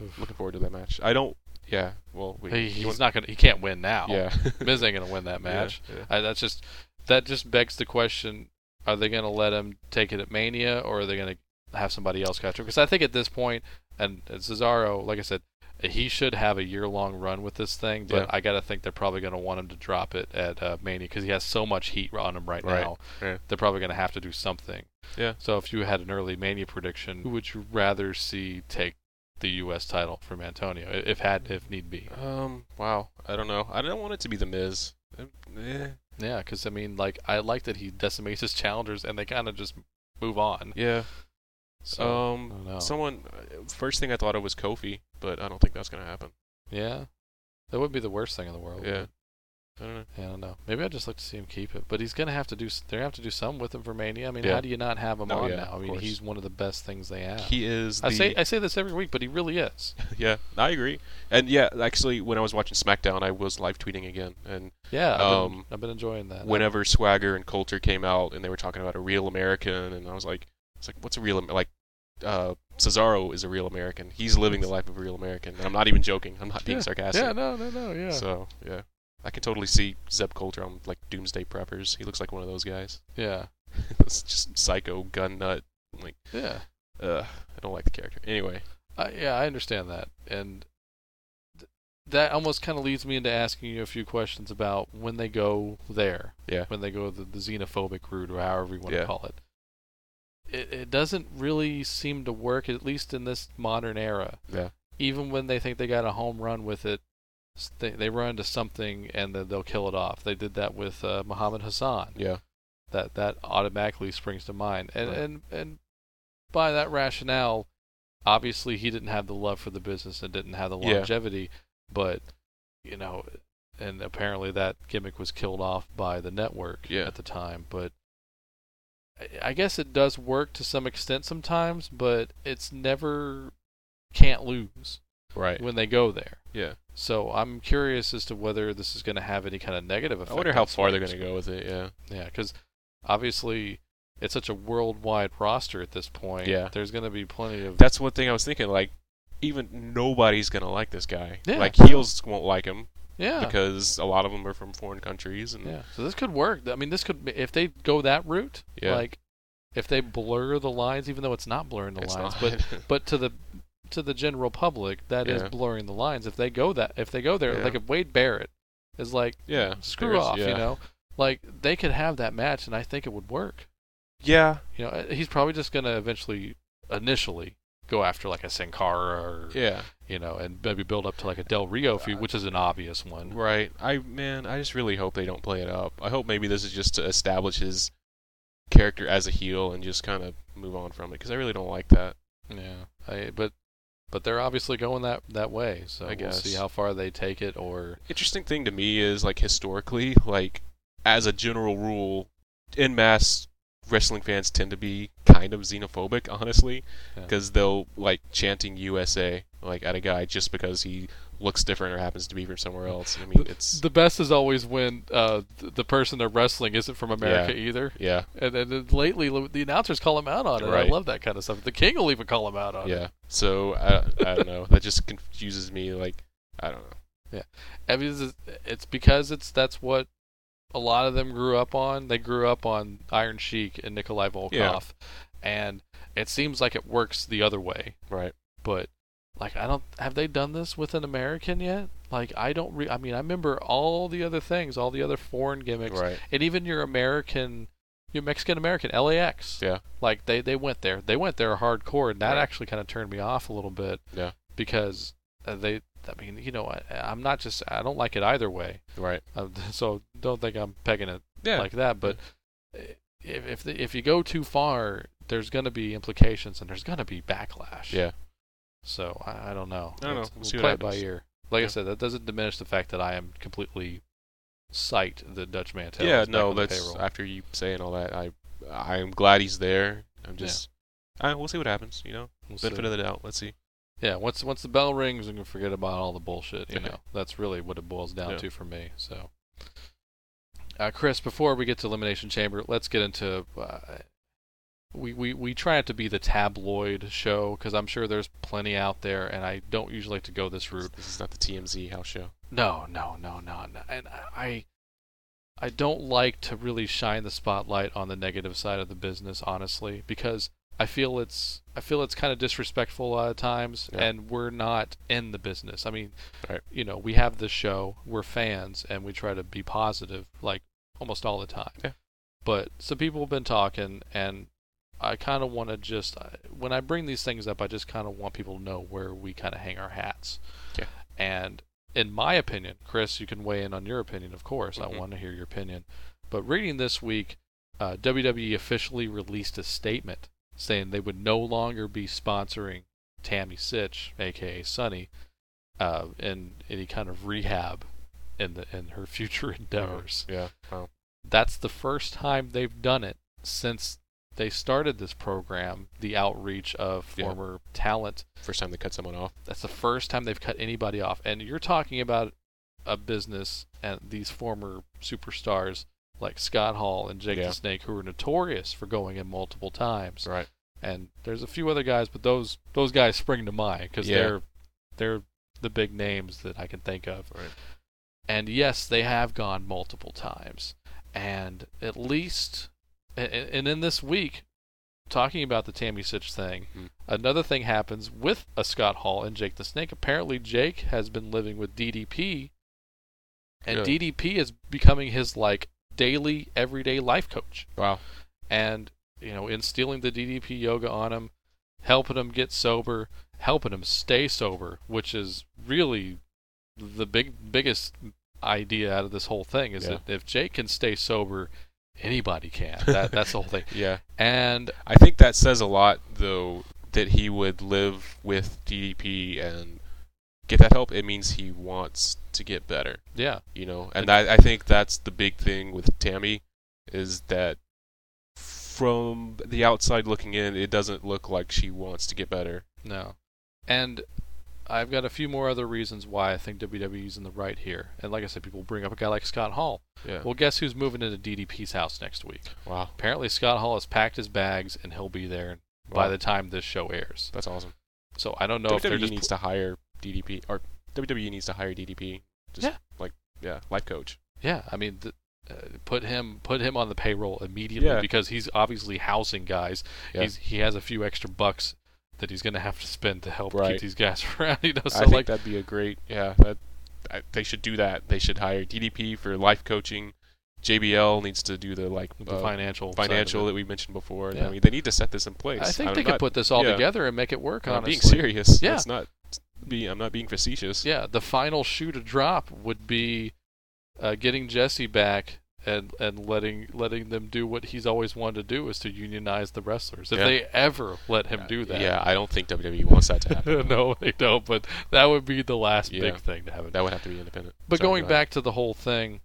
Speaker 1: Oof.
Speaker 2: Looking forward to that match. I don't. Yeah. Well, we,
Speaker 1: He,
Speaker 2: you
Speaker 1: he's
Speaker 2: want-
Speaker 1: not gonna. He can't win now.
Speaker 2: Yeah.
Speaker 1: Miz ain't gonna win that match.
Speaker 2: Yeah,
Speaker 1: I, that's just that just begs the question: Are they gonna let him take it at Mania, or are they gonna have somebody else catch him? Because I think at this point, and and Cesaro, like I said, he should have a year-long run with this thing. But
Speaker 2: Yeah.
Speaker 1: I gotta think they're probably gonna want him to drop it at uh, Mania because he has so much heat on him right,
Speaker 2: Right.
Speaker 1: now.
Speaker 2: Yeah.
Speaker 1: They're probably gonna have to do something.
Speaker 2: Yeah.
Speaker 1: So if you had an early Mania prediction, who would you rather see take the U.S. title from Antonio, i- if had if need be?
Speaker 2: yeah. Um. Wow. I don't know. I don't want it to be the Miz. Uh, eh.
Speaker 1: Yeah, because I mean, like, I like that he decimates his challengers, and they kind of just move on.
Speaker 2: Yeah.
Speaker 1: So, oh. I
Speaker 2: um.
Speaker 1: don't know.
Speaker 2: Someone. uh, First thing I thought of was Kofi, but I don't think that's gonna happen.
Speaker 1: yeah, that would be the worst thing in the world.
Speaker 2: Yeah. I don't know.
Speaker 1: Yeah, I don't know. Maybe I'd just like to see him keep it, but he's gonna have to do. s- They're gonna have to do something with him for Mania. I mean,
Speaker 2: Yeah.
Speaker 1: how do you not have him
Speaker 2: Oh,
Speaker 1: on
Speaker 2: yeah,
Speaker 1: now? I
Speaker 2: of
Speaker 1: mean,
Speaker 2: course.
Speaker 1: he's one of the best things they have.
Speaker 2: He is. The,
Speaker 1: I say I say this every week, but he really is.
Speaker 2: Yeah. I agree. And yeah, actually, when I was watching SmackDown, I was live tweeting again, and
Speaker 1: Yeah, I've, been,
Speaker 2: Um,
Speaker 1: I've been enjoying that.
Speaker 2: whenever Swagger and Coulter came out and they were talking about a real American, and I was like, it's like what's a real Am- like uh, Cesaro is a real American. He's living the life of a real American. And I'm not even joking. I'm not being sarcastic.
Speaker 1: yeah, no, no, no, yeah,
Speaker 2: So yeah, I can totally see Zeb Coulter on like Doomsday Preppers. He looks like one of those guys.
Speaker 1: yeah,
Speaker 2: It's just psycho gun nut.
Speaker 1: yeah.
Speaker 2: Ugh, I don't like the character. Anyway,
Speaker 1: I yeah, I understand that, and th- that almost kind of leads me into asking you a few questions about when they go there.
Speaker 2: Yeah.
Speaker 1: When they go the, the xenophobic route, or however you want
Speaker 2: Yeah.
Speaker 1: to call it. It it doesn't really seem to work, at least in this modern era.
Speaker 2: Yeah.
Speaker 1: Even when they think they got a home run with it, s- they they run into something and then they'll kill it off. They did that with uh, Muhammad Hassan
Speaker 2: yeah,
Speaker 1: that that automatically springs to mind. And
Speaker 2: Right.
Speaker 1: and and by that rationale, obviously he didn't have the love for the business and didn't have the
Speaker 2: Yeah.
Speaker 1: longevity, but you know, and apparently that gimmick was killed off by the network
Speaker 2: Yeah.
Speaker 1: at the time, but I- I guess it does work to some extent sometimes, but it's never can't lose
Speaker 2: right.
Speaker 1: when they go there.
Speaker 2: Yeah,
Speaker 1: So I'm curious as to whether this is going to have any kind of negative effect.
Speaker 2: I wonder how
Speaker 1: on
Speaker 2: far they're
Speaker 1: Swingers.
Speaker 2: gonna go with it. Yeah,
Speaker 1: Yeah, because obviously it's such a worldwide roster at this point.
Speaker 2: Yeah.
Speaker 1: There's going to be plenty of.
Speaker 2: that's one thing I was thinking. Like, even nobody's gonna like this guy.
Speaker 1: Yeah.
Speaker 2: Like heels won't like him.
Speaker 1: yeah.
Speaker 2: because a lot of them are from foreign countries and
Speaker 1: yeah. So this could work. I mean, this could. be- If they go that route,
Speaker 2: Yeah.
Speaker 1: like if they blur the lines, even though it's not blurring the
Speaker 2: it's
Speaker 1: lines,
Speaker 2: not-
Speaker 1: but but to the to the general public, that is
Speaker 2: Yeah.
Speaker 1: blurring the lines. If they go that, if they go there,
Speaker 2: Yeah.
Speaker 1: like if Wade Barrett is like,
Speaker 2: yeah,
Speaker 1: screw
Speaker 2: there's-
Speaker 1: off,
Speaker 2: yeah.
Speaker 1: you know, like they could have that match, and I think it would work.
Speaker 2: Yeah,
Speaker 1: You know, uh, he's probably just going to eventually, initially, go after like a Sin Cara or
Speaker 2: yeah,
Speaker 1: you know, and maybe build up to like a Del Rio feud, which is an obvious one.
Speaker 2: right. I man, I just really hope they don't play it up. I hope maybe this is just to establish his character as a heel and just kind of move on from it because I really don't like that.
Speaker 1: Yeah, I, but but they're obviously going that that way. So
Speaker 2: I
Speaker 1: we'll
Speaker 2: guess.
Speaker 1: see how far they take it. Or
Speaker 2: interesting thing to me is like historically, like as a general rule, in mass wrestling fans tend to be kind of xenophobic, honestly,
Speaker 1: Yeah.
Speaker 2: because they'll like chanting USA like at a guy just because he looks different or happens to be from somewhere else. I mean, it's
Speaker 1: the best is always when uh, th- the person they're wrestling isn't from America either.
Speaker 2: yeah,
Speaker 1: And, and then uh, lately, lo- the announcers call him out on it.
Speaker 2: Right.
Speaker 1: I love that kind of stuff. The king will even call him out on it.
Speaker 2: yeah. So I, I don't know. That just confuses me. Like I don't know.
Speaker 1: I mean, it's, it's because it's that's what a lot of them grew up on. They grew up on Iron Sheik and Nikolai Volkov,
Speaker 2: Yeah.
Speaker 1: and it seems like it works the other way.
Speaker 2: Right.
Speaker 1: But like, I don't have they done this with an American yet? Like, I don't. Re- I mean, I remember all the other things, all the other foreign gimmicks,
Speaker 2: Right.
Speaker 1: and even your American, your Mexican American LAX.
Speaker 2: Yeah.
Speaker 1: Like they they went there. They went there hardcore, and that
Speaker 2: Right.
Speaker 1: actually kind of turned me off a little bit.
Speaker 2: Yeah.
Speaker 1: Because uh, they, I mean, you know, I, I'm not just I don't like it either way.
Speaker 2: Right.
Speaker 1: Uh, so don't think I'm pegging it
Speaker 2: Yeah.
Speaker 1: like that. But eh, if if, the, if you go too far, there's going to be implications and there's going to be backlash.
Speaker 2: Yeah.
Speaker 1: So I, I don't know.
Speaker 2: I don't know.
Speaker 1: It's-
Speaker 2: We'll
Speaker 1: We'll,
Speaker 2: see what
Speaker 1: play it by
Speaker 2: happens.
Speaker 1: ear. Like
Speaker 2: Yeah.
Speaker 1: I said, that doesn't diminish the fact that I am completely psyched that Dutch Mantel.
Speaker 2: yeah,
Speaker 1: is back
Speaker 2: no,
Speaker 1: on the
Speaker 2: that's
Speaker 1: payroll.
Speaker 2: after you saying all that. I I'm glad he's there. I'm
Speaker 1: Yeah.
Speaker 2: just. I, we'll see what happens. You know.
Speaker 1: We'll see.
Speaker 2: Benefit of the doubt. Let's see.
Speaker 1: Yeah, once once the bell rings, we can forget about all the bullshit. You
Speaker 2: Yeah.
Speaker 1: know, that's really what it boils down
Speaker 2: Yeah.
Speaker 1: to for me. So, uh, Chris, before we get to elimination chamber, let's get into. Uh, we, we, we try not to be the tabloid show because I'm sure there's plenty out there, and I don't usually like to go this route.
Speaker 2: This is not the TMZ house show.
Speaker 1: No, no, no, no, no. and I, I don't like to really shine the spotlight on the negative side of the business, honestly, because I feel it's I feel it's kind of disrespectful a lot of times,
Speaker 2: Yeah.
Speaker 1: and we're not in the business. I mean,
Speaker 2: Right.
Speaker 1: you know, we have the show, we're fans, and we try to be positive, like almost all the time.
Speaker 2: Yeah.
Speaker 1: But some people have been talking, and I kind of want to just I- when I bring these things up, I just kind of want people to know where we kind of hang our hats.
Speaker 2: Yeah.
Speaker 1: And in my opinion, Chris, you can weigh in on your opinion, of course.
Speaker 2: Mhm.
Speaker 1: I want to hear your opinion. But reading this week, uh, WWE officially released a statement saying they would no longer be sponsoring Tammy Sitch, aka Sunny, uh, in any kind of rehab in the in her future endeavors
Speaker 2: Um, Yeah. Wow.
Speaker 1: that's the first time they've done it since they started this program, the outreach of
Speaker 2: Yeah.
Speaker 1: former talent.
Speaker 2: First time they cut someone off.
Speaker 1: That's the first time they've cut anybody off. And you're talking about a business and these former superstars like Scott Hall and Jake
Speaker 2: Yeah.
Speaker 1: the Snake, who are notorious for going in multiple times.
Speaker 2: Right.
Speaker 1: And there's a few other guys, but those those guys spring to mind because
Speaker 2: Yeah.
Speaker 1: they're they're the big names that I can think of.
Speaker 2: Right.
Speaker 1: And yes, they have gone multiple times. And at least, and, and in this week, talking about the Tammy Sitch thing,
Speaker 2: Mhm.
Speaker 1: another thing happens with a Scott Hall and Jake the Snake. Apparently, Jake has been living with DDP, and
Speaker 2: Yeah.
Speaker 1: DDP is becoming his like daily, everyday life coach.
Speaker 2: Wow.
Speaker 1: And you know, instilling the DDP yoga on him, helping him get sober, helping him stay sober, which is really the big biggest idea out of this whole thing is
Speaker 2: Yeah.
Speaker 1: that if Jake can stay sober, anybody can. That, that's the whole thing.
Speaker 2: Yeah.
Speaker 1: And
Speaker 2: I think that says a lot, though, that he would live with DDP and get that help. It means he wants to get better.
Speaker 1: yeah,
Speaker 2: You know, and I, I think that's the big thing with Tammy, is that from the outside looking in, it doesn't look like she wants to get better.
Speaker 1: no. And I've got a few more other reasons why I think WWE's in the right here. And like I said, people bring up a guy like Scott Hall.
Speaker 2: Yeah.
Speaker 1: Well, guess who's moving into DDP's house next week?
Speaker 2: Wow.
Speaker 1: Apparently, Scott Hall has packed his bags and he'll be there by
Speaker 2: Wow.
Speaker 1: the time this show airs.
Speaker 2: That's awesome.
Speaker 1: So I don't know if they're
Speaker 2: WWE
Speaker 1: just
Speaker 2: E needs to hire DDP or WWE needs to hire DDP. Just
Speaker 1: Yeah.
Speaker 2: like yeah, life coach.
Speaker 1: Yeah, I mean, th- uh, put him put him on the payroll immediately
Speaker 2: Yeah.
Speaker 1: because he's obviously housing guys.
Speaker 2: Yeah.
Speaker 1: He's he has a few extra bucks that he's going to have to spend to help
Speaker 2: Right.
Speaker 1: keep these guys around. You know,
Speaker 2: I
Speaker 1: so
Speaker 2: think
Speaker 1: like
Speaker 2: that'd be a great yeah. That I, they should do that. They should hire DDP for life coaching. JBL needs to do the like
Speaker 1: the
Speaker 2: uh,
Speaker 1: financial side of
Speaker 2: financial
Speaker 1: it.
Speaker 2: that we mentioned before.
Speaker 1: Yeah.
Speaker 2: I mean, they need to set this in place.
Speaker 1: I think
Speaker 2: I'm
Speaker 1: they could
Speaker 2: not-
Speaker 1: put this all
Speaker 2: yeah.
Speaker 1: together and make it work.
Speaker 2: I'm
Speaker 1: honestly,
Speaker 2: being serious.
Speaker 1: Yeah.
Speaker 2: That's not be. I'm not being facetious.
Speaker 1: yeah, the final shoe to drop would be uh, getting Jesse back and and letting letting them do what he's always wanted to do is to unionize the wrestlers. If
Speaker 2: Yeah.
Speaker 1: they ever let him do that,
Speaker 2: Yeah, I don't think WWE wants that to happen.
Speaker 1: no, they don't. But that would be the last
Speaker 2: Yeah.
Speaker 1: big thing to happen.
Speaker 2: that would have to be independent.
Speaker 1: But
Speaker 2: Sorry,
Speaker 1: going
Speaker 2: go ahead.
Speaker 1: back to the whole thing,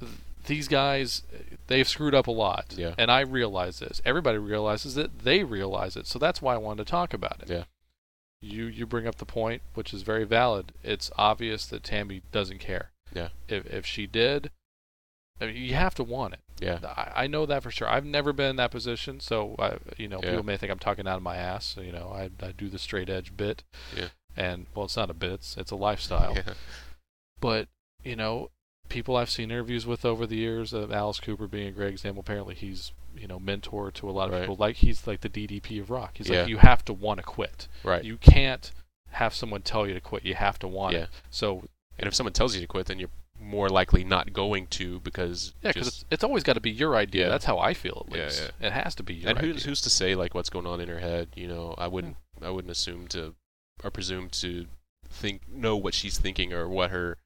Speaker 1: th- these guys, they've screwed up a lot.
Speaker 2: Yeah.
Speaker 1: And I realize this. Everybody realizes it. They realize it. So that's why I wanted to talk about it.
Speaker 2: Yeah.
Speaker 1: You you bring up the point, which is very valid. It's obvious that Tammy doesn't care.
Speaker 2: Yeah.
Speaker 1: If if she did, I mean, you have to want it.
Speaker 2: Yeah.
Speaker 1: I, I know that for sure. I've never been in that position, so I, you know,
Speaker 2: Yeah.
Speaker 1: people may think I'm talking out of my ass. You know, I I do the straight edge bit.
Speaker 2: Yeah.
Speaker 1: And well, it's not a bit. It's it's a lifestyle
Speaker 2: Yeah.
Speaker 1: but you know people i've seen interviews with over the years uh, alice cooper being a great example apparently he's you know mentor to a lot of
Speaker 2: Right.
Speaker 1: people like he's like the ddp of rock he's
Speaker 2: Yeah.
Speaker 1: like you have to want to quit
Speaker 2: Right.
Speaker 1: you can't have someone tell you to quit you have to want
Speaker 2: Yeah.
Speaker 1: it so
Speaker 2: and if someone tells you to quit, then you're more likely not going to because
Speaker 1: yeah because
Speaker 2: just-
Speaker 1: it's, it's always got to be your idea
Speaker 2: Yeah.
Speaker 1: that's how i feel at
Speaker 2: Yeah,
Speaker 1: least it has to be your
Speaker 2: and
Speaker 1: idea
Speaker 2: who's who's to say like what's going on in her head? You know, I wouldn't I wouldn't assume to or presume to think know what she's thinking or what her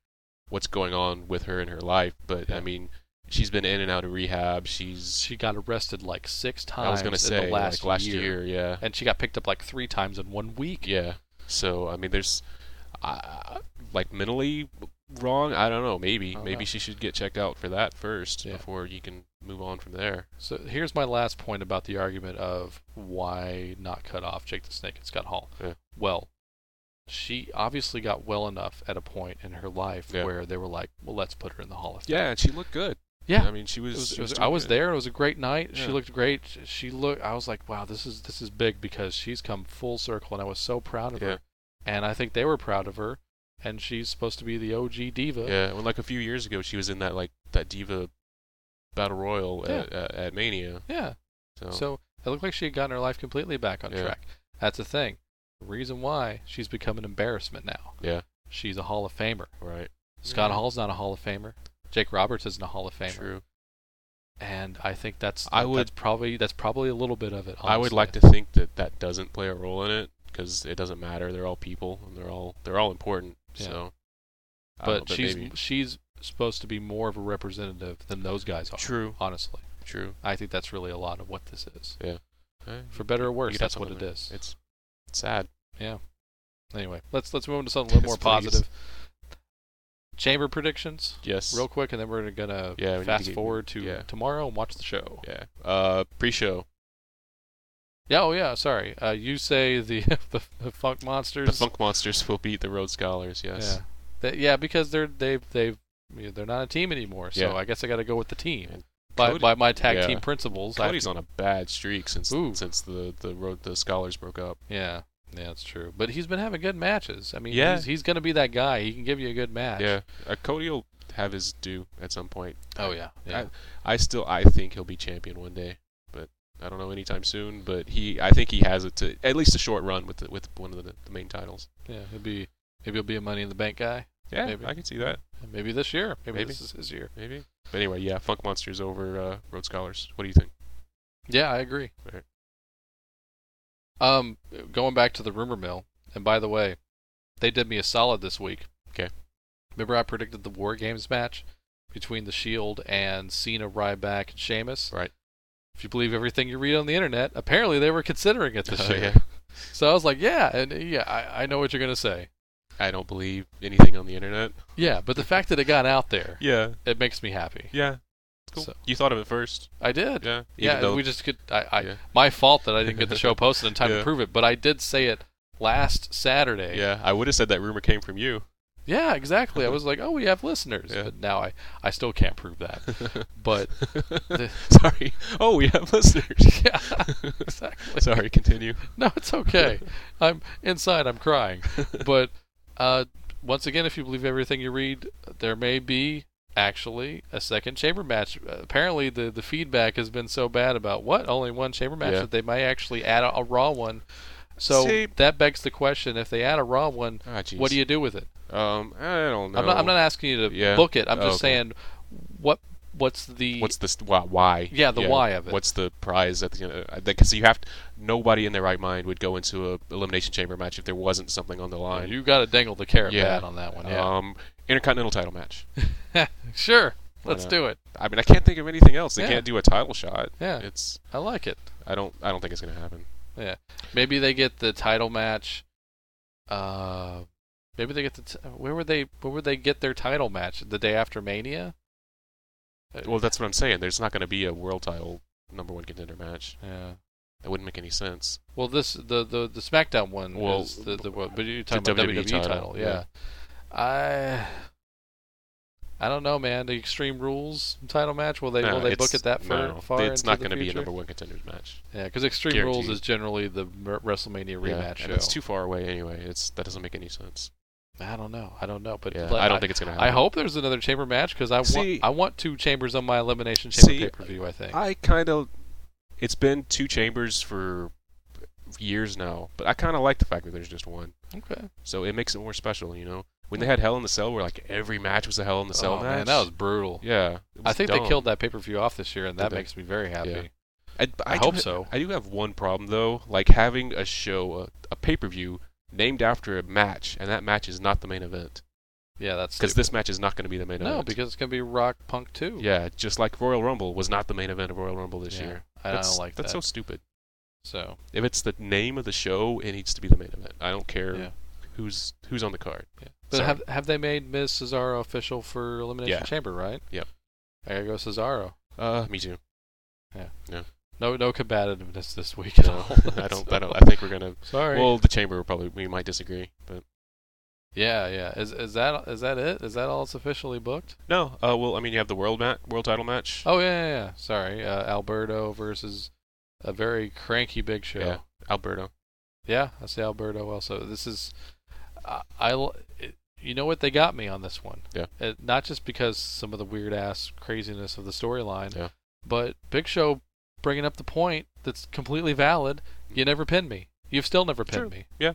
Speaker 2: what's going on with her in her life. But I
Speaker 1: Yeah.
Speaker 2: mean, she's been in and out of rehab. She's
Speaker 1: she got arrested like six times
Speaker 2: I was gonna
Speaker 1: in
Speaker 2: say
Speaker 1: the last,
Speaker 2: like, last
Speaker 1: year.
Speaker 2: year, yeah,
Speaker 1: and she got picked up like three times in one week
Speaker 2: yeah. So I mean, there's uh, like mentally wrong. I don't know. Maybe
Speaker 1: don't
Speaker 2: maybe
Speaker 1: know.
Speaker 2: she should get checked out for that first
Speaker 1: Yeah.
Speaker 2: before you can move on from there.
Speaker 1: So here's my last point about the argument of why not cut off Jake the Snake and Scott Hall.
Speaker 2: Yeah.
Speaker 1: Well, she obviously got well enough at a point in her life
Speaker 2: Yeah.
Speaker 1: where they were like, "Well, let's put her in the Hall of Fame."
Speaker 2: Yeah, and she looked good.
Speaker 1: Yeah.
Speaker 2: I mean, she was.
Speaker 1: It was,
Speaker 2: she
Speaker 1: it was-
Speaker 2: doing
Speaker 1: I was
Speaker 2: good.
Speaker 1: there. It was a great night. She
Speaker 2: Yeah.
Speaker 1: looked great. She looked. I was like, "Wow, this is this is big because she's come full circle," and I was so proud of
Speaker 2: Yeah.
Speaker 1: her, and I think they were proud of her. And she's supposed to be the OG diva.
Speaker 2: Yeah, well, like a few years ago, she was in that like that diva battle royal
Speaker 1: Yeah.
Speaker 2: at, at, at Mania.
Speaker 1: yeah.
Speaker 2: So,
Speaker 1: So it looked like she had gotten her life completely back on
Speaker 2: Yeah.
Speaker 1: track. That's the thing. The reason why she's become an embarrassment now.
Speaker 2: Yeah.
Speaker 1: She's a Hall of Famer.
Speaker 2: right,
Speaker 1: Scott
Speaker 2: Yeah.
Speaker 1: Hall's not a Hall of Famer. Jake Roberts isn't a Hall of Famer.
Speaker 2: Mm-hmm. true.
Speaker 1: And I think that's
Speaker 2: I
Speaker 1: that's
Speaker 2: would-
Speaker 1: probably that's probably a little bit of it.
Speaker 2: I would
Speaker 1: honestly.
Speaker 2: like to think that that doesn't play a role in it because it doesn't matter. They're all people and they're all they're all important.
Speaker 1: Yeah.
Speaker 2: So, I don't know,
Speaker 1: but she's
Speaker 2: maybe.
Speaker 1: she's supposed to be more of a representative than those guys are.
Speaker 2: true,
Speaker 1: Honestly,
Speaker 2: true.
Speaker 1: I think that's really a lot of what this is.
Speaker 2: Eh,
Speaker 1: For better or
Speaker 2: you
Speaker 1: worse,
Speaker 2: could have
Speaker 1: that's what it
Speaker 2: something there.
Speaker 1: is.
Speaker 2: It's sad.
Speaker 1: Anyway, let's let's move on to something a little more
Speaker 2: Yes, please.
Speaker 1: positive. Chamber predictions.
Speaker 2: Yes.
Speaker 1: real quick, and then we're gonna
Speaker 2: Yeah, we need to
Speaker 1: fast
Speaker 2: get-
Speaker 1: forward to
Speaker 2: yeah.
Speaker 1: tomorrow and watch the show.
Speaker 2: yeah. Uh, pre-show.
Speaker 1: Yeah, oh yeah, sorry. Uh, you say the the, the Funk Monsters.
Speaker 2: The Funk Monsters will beat the Road Scholars. Yes.
Speaker 1: Yeah, That- yeah, because they're they've they've you know, they're not a team anymore. So
Speaker 2: Yeah.
Speaker 1: I guess I got to go with the team
Speaker 2: And
Speaker 1: by
Speaker 2: Cody-
Speaker 1: by my tag
Speaker 2: yeah.
Speaker 1: team principles. I-
Speaker 2: Cody's on a bad streak since
Speaker 1: Ooh.
Speaker 2: since the the road the Scholars broke up.
Speaker 1: yeah, yeah, that's true. But he's been having good matches. I mean,
Speaker 2: Yeah.
Speaker 1: he's he's gonna be that guy. He can give you a good match.
Speaker 2: Yeah, uh, Cody will have his due at some point.
Speaker 1: Oh yeah. yeah.
Speaker 2: I still, I think he'll be champion one day, but I don't know anytime soon. But he, I think he has it to at least a short run with the, with one of the, the main titles.
Speaker 1: yeah. He'll be maybe he'll be a Money in the Bank guy.
Speaker 2: Yeah,
Speaker 1: Maybe.
Speaker 2: I can see that.
Speaker 1: Maybe this year. Maybe,
Speaker 2: Maybe.
Speaker 1: this is his year.
Speaker 2: Maybe. But anyway, yeah, Funk Monsters over uh, Road Scholars. What do you think?
Speaker 1: Yeah, I agree.
Speaker 2: Right.
Speaker 1: Um, going back to the rumor mill, and by the way, they did me a solid this week.
Speaker 2: Okay.
Speaker 1: Remember, I predicted the War Games match between the Shield and Cena, Ryback, and Sheamus.
Speaker 2: Right.
Speaker 1: If you believe everything you read on the internet, apparently they were considering it this
Speaker 2: Oh,
Speaker 1: year.
Speaker 2: yeah.
Speaker 1: So I was like, yeah, and uh, yeah, I, I know what you're gonna say.
Speaker 2: I don't believe anything on the internet.
Speaker 1: Yeah, but the fact that it got out there,
Speaker 2: Yeah,
Speaker 1: it makes me happy.
Speaker 2: yeah. Cool.
Speaker 1: So-
Speaker 2: You thought of it first.
Speaker 1: I did.
Speaker 2: Yeah.
Speaker 1: Yeah,
Speaker 2: Even though-
Speaker 1: we just could. I, I
Speaker 2: Yeah.
Speaker 1: my fault that I didn't get the show posted in time
Speaker 2: Yeah.
Speaker 1: to prove it, but I did say it last Saturday.
Speaker 2: yeah, I would have said that rumor came from you.
Speaker 1: Yeah, exactly. I was like, oh, we have listeners,
Speaker 2: Yeah.
Speaker 1: but now I I still can't prove that. But
Speaker 2: Sorry. Oh, we have listeners.
Speaker 1: yeah, exactly.
Speaker 2: Sorry, continue.
Speaker 1: No, it's okay. I'm inside. I'm crying. But uh, once again, if you believe everything you read, there may be actually a second chamber match. Apparently, the the feedback has been so bad about what only one chamber match
Speaker 2: Yeah.
Speaker 1: that they may actually add a, a raw one. So
Speaker 2: See-
Speaker 1: that begs the question: If they add a raw one,
Speaker 2: Ah, jeez.
Speaker 1: what do you do with it?
Speaker 2: Um, I don't know.
Speaker 1: I'm not. I'm not asking you to
Speaker 2: Yeah.
Speaker 1: book it. I'm
Speaker 2: Oh,
Speaker 1: just
Speaker 2: okay.
Speaker 1: saying, what what's the
Speaker 2: What's the st- why? why?
Speaker 1: Yeah, the why of it.
Speaker 2: What's the prize at the end? Of, because you have to, nobody in their right mind would go into a elimination chamber match if there wasn't something on the line.
Speaker 1: you got to dangle the carrot
Speaker 2: Yeah.
Speaker 1: bad on that one. Yeah,
Speaker 2: Um, intercontinental title match.
Speaker 1: sure.
Speaker 2: Why
Speaker 1: Let's
Speaker 2: not?
Speaker 1: do it.
Speaker 2: I mean, I can't think of anything else. They
Speaker 1: Yeah.
Speaker 2: can't do a title shot.
Speaker 1: Yeah,
Speaker 2: It's
Speaker 1: I like it.
Speaker 2: I don't I don't think it's gonna happen.
Speaker 1: Maybe they get the title match. Uh, maybe they get the t- where would they where would they get their title match the day after Mania? Uh,
Speaker 2: Well, that's what I'm saying. There's not gonna be a world title number one contender match.
Speaker 1: yeah.
Speaker 2: That wouldn't make any sense.
Speaker 1: Well, this the the, the SmackDown one
Speaker 2: Well,
Speaker 1: is the the world, but you're
Speaker 2: the
Speaker 1: talking about
Speaker 2: WWE
Speaker 1: WWE title,
Speaker 2: title,
Speaker 1: yeah. I I don't know, man. The Extreme Rules title match will they
Speaker 2: No,
Speaker 1: will they
Speaker 2: it's-
Speaker 1: book it that far?
Speaker 2: no,
Speaker 1: far
Speaker 2: It's
Speaker 1: into
Speaker 2: not
Speaker 1: the
Speaker 2: gonna be a
Speaker 1: future?
Speaker 2: number one contenders match.
Speaker 1: Yeah, because Extreme Rules
Speaker 2: Guaranteed.
Speaker 1: is generally the mer- WrestleMania
Speaker 2: Yeah,
Speaker 1: rematch show.
Speaker 2: And it's too far away anyway. It's that doesn't make any sense.
Speaker 1: I don't know. I don't know, but
Speaker 2: yeah,
Speaker 1: let-
Speaker 2: I don't think it's gonna happen.
Speaker 1: I hope there's another chamber match because I
Speaker 2: Um, See-
Speaker 1: want I want two chambers on my elimination chamber
Speaker 2: See,
Speaker 1: pay per view. I think
Speaker 2: I kind of. It's been two chambers for years now, but I kind of like the fact that there's just one.
Speaker 1: okay.
Speaker 2: So it makes it more special, you know. When they had Hell in the Cell, where like every match was a Hell in the Cell
Speaker 1: oh,
Speaker 2: match.
Speaker 1: man, that was brutal.
Speaker 2: yeah. it
Speaker 1: I
Speaker 2: was
Speaker 1: think
Speaker 2: dumb.
Speaker 1: they killed that pay per view off this year, and
Speaker 2: Did
Speaker 1: that
Speaker 2: they?
Speaker 1: makes me very happy.
Speaker 2: Yeah. I, but
Speaker 1: I
Speaker 2: do
Speaker 1: hope
Speaker 2: ha-
Speaker 1: so.
Speaker 2: I do have one problem though, like having a show, a, a pay per view named after a match, and that match is not the main event
Speaker 1: Yeah, that's
Speaker 2: because this match is not going to be the main
Speaker 1: No,
Speaker 2: event.
Speaker 1: because it's gonna be Rock Punk too.
Speaker 2: yeah, just like Royal Rumble was not the main event of Royal Rumble this
Speaker 1: Yeah,
Speaker 2: year.
Speaker 1: I
Speaker 2: that's,
Speaker 1: don't like
Speaker 2: That's so
Speaker 1: that.
Speaker 2: stupid.
Speaker 1: So,
Speaker 2: If it's the name of the show, it needs to be the main event. I don't care
Speaker 1: Yeah.
Speaker 2: who's who's on the card.
Speaker 1: but
Speaker 2: Sorry.
Speaker 1: have have they made Miz Cesaro official for Elimination
Speaker 2: Yeah.
Speaker 1: Chamber? Right.
Speaker 2: Yep.
Speaker 1: I gotta go Cesaro.
Speaker 2: Uh, me too.
Speaker 1: No, no combativeness this week at
Speaker 2: No,
Speaker 1: all.
Speaker 2: I don't. I
Speaker 1: So,
Speaker 2: don't. I think we're gonna.
Speaker 1: Sorry.
Speaker 2: Well, the chamber will probably we might disagree, but
Speaker 1: yeah, yeah. Is is that is that it? Is that all it's officially booked?
Speaker 2: no. Uh, well, I mean, you have the world match, world title match.
Speaker 1: Oh yeah, yeah. yeah. Sorry, uh, Alberto versus a very cranky Big Show.
Speaker 2: Yeah. Alberto.
Speaker 1: Yeah, I see Alberto also. This is, I, I l- it- you know what they got me on this one.
Speaker 2: Yeah.
Speaker 1: It, not just because some of the weird ass craziness of the storyline.
Speaker 2: Yeah.
Speaker 1: But Big Show bringing up the point that's completely valid. You never pinned me. You've still never pinned
Speaker 2: True.
Speaker 1: me.
Speaker 2: Yeah.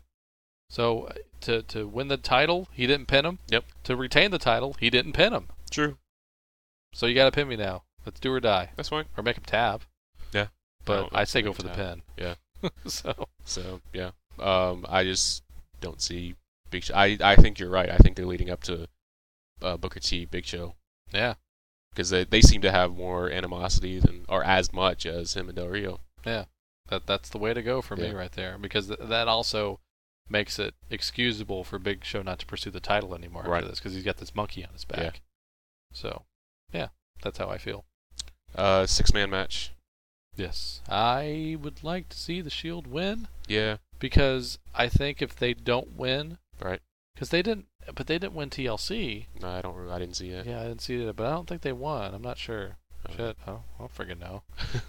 Speaker 1: So uh, to to win the title, he didn't pin him.
Speaker 2: Yep.
Speaker 1: To retain the title, he didn't pin him.
Speaker 2: True.
Speaker 1: So you got to pin me now. Let's do or die
Speaker 2: That's fine.
Speaker 1: or make him tap.
Speaker 2: Yeah.
Speaker 1: But
Speaker 2: No,
Speaker 1: I say go
Speaker 2: make
Speaker 1: for the
Speaker 2: him
Speaker 1: pin.
Speaker 2: Yeah.
Speaker 1: so
Speaker 2: So yeah. Um, I just don't see Big Show. I I think you're right. I think they're leading up to uh, Booker T, Big Show,
Speaker 1: yeah,
Speaker 2: because they they seem to have more animosity than or as much as him and Del Rio.
Speaker 1: that that's the way to go for me
Speaker 2: Yeah.
Speaker 1: right there because th- that also makes it excusable for Big Show not to pursue the title anymore
Speaker 2: Right.
Speaker 1: after this because he's got this monkey on his back. So yeah, that's how I feel.
Speaker 2: Uh, six man match.
Speaker 1: Yes, I would like to see the Shield win
Speaker 2: Yeah.
Speaker 1: because I think if they don't win,
Speaker 2: Right.
Speaker 1: Because they didn't, but they didn't win TLC.
Speaker 2: No, I don't. re- I didn't see
Speaker 1: Yeah.
Speaker 2: it.
Speaker 1: I didn't see it, but I don't think they won. I'm not sure.
Speaker 2: Okay.
Speaker 1: Shit, oh, I don't friggin' know.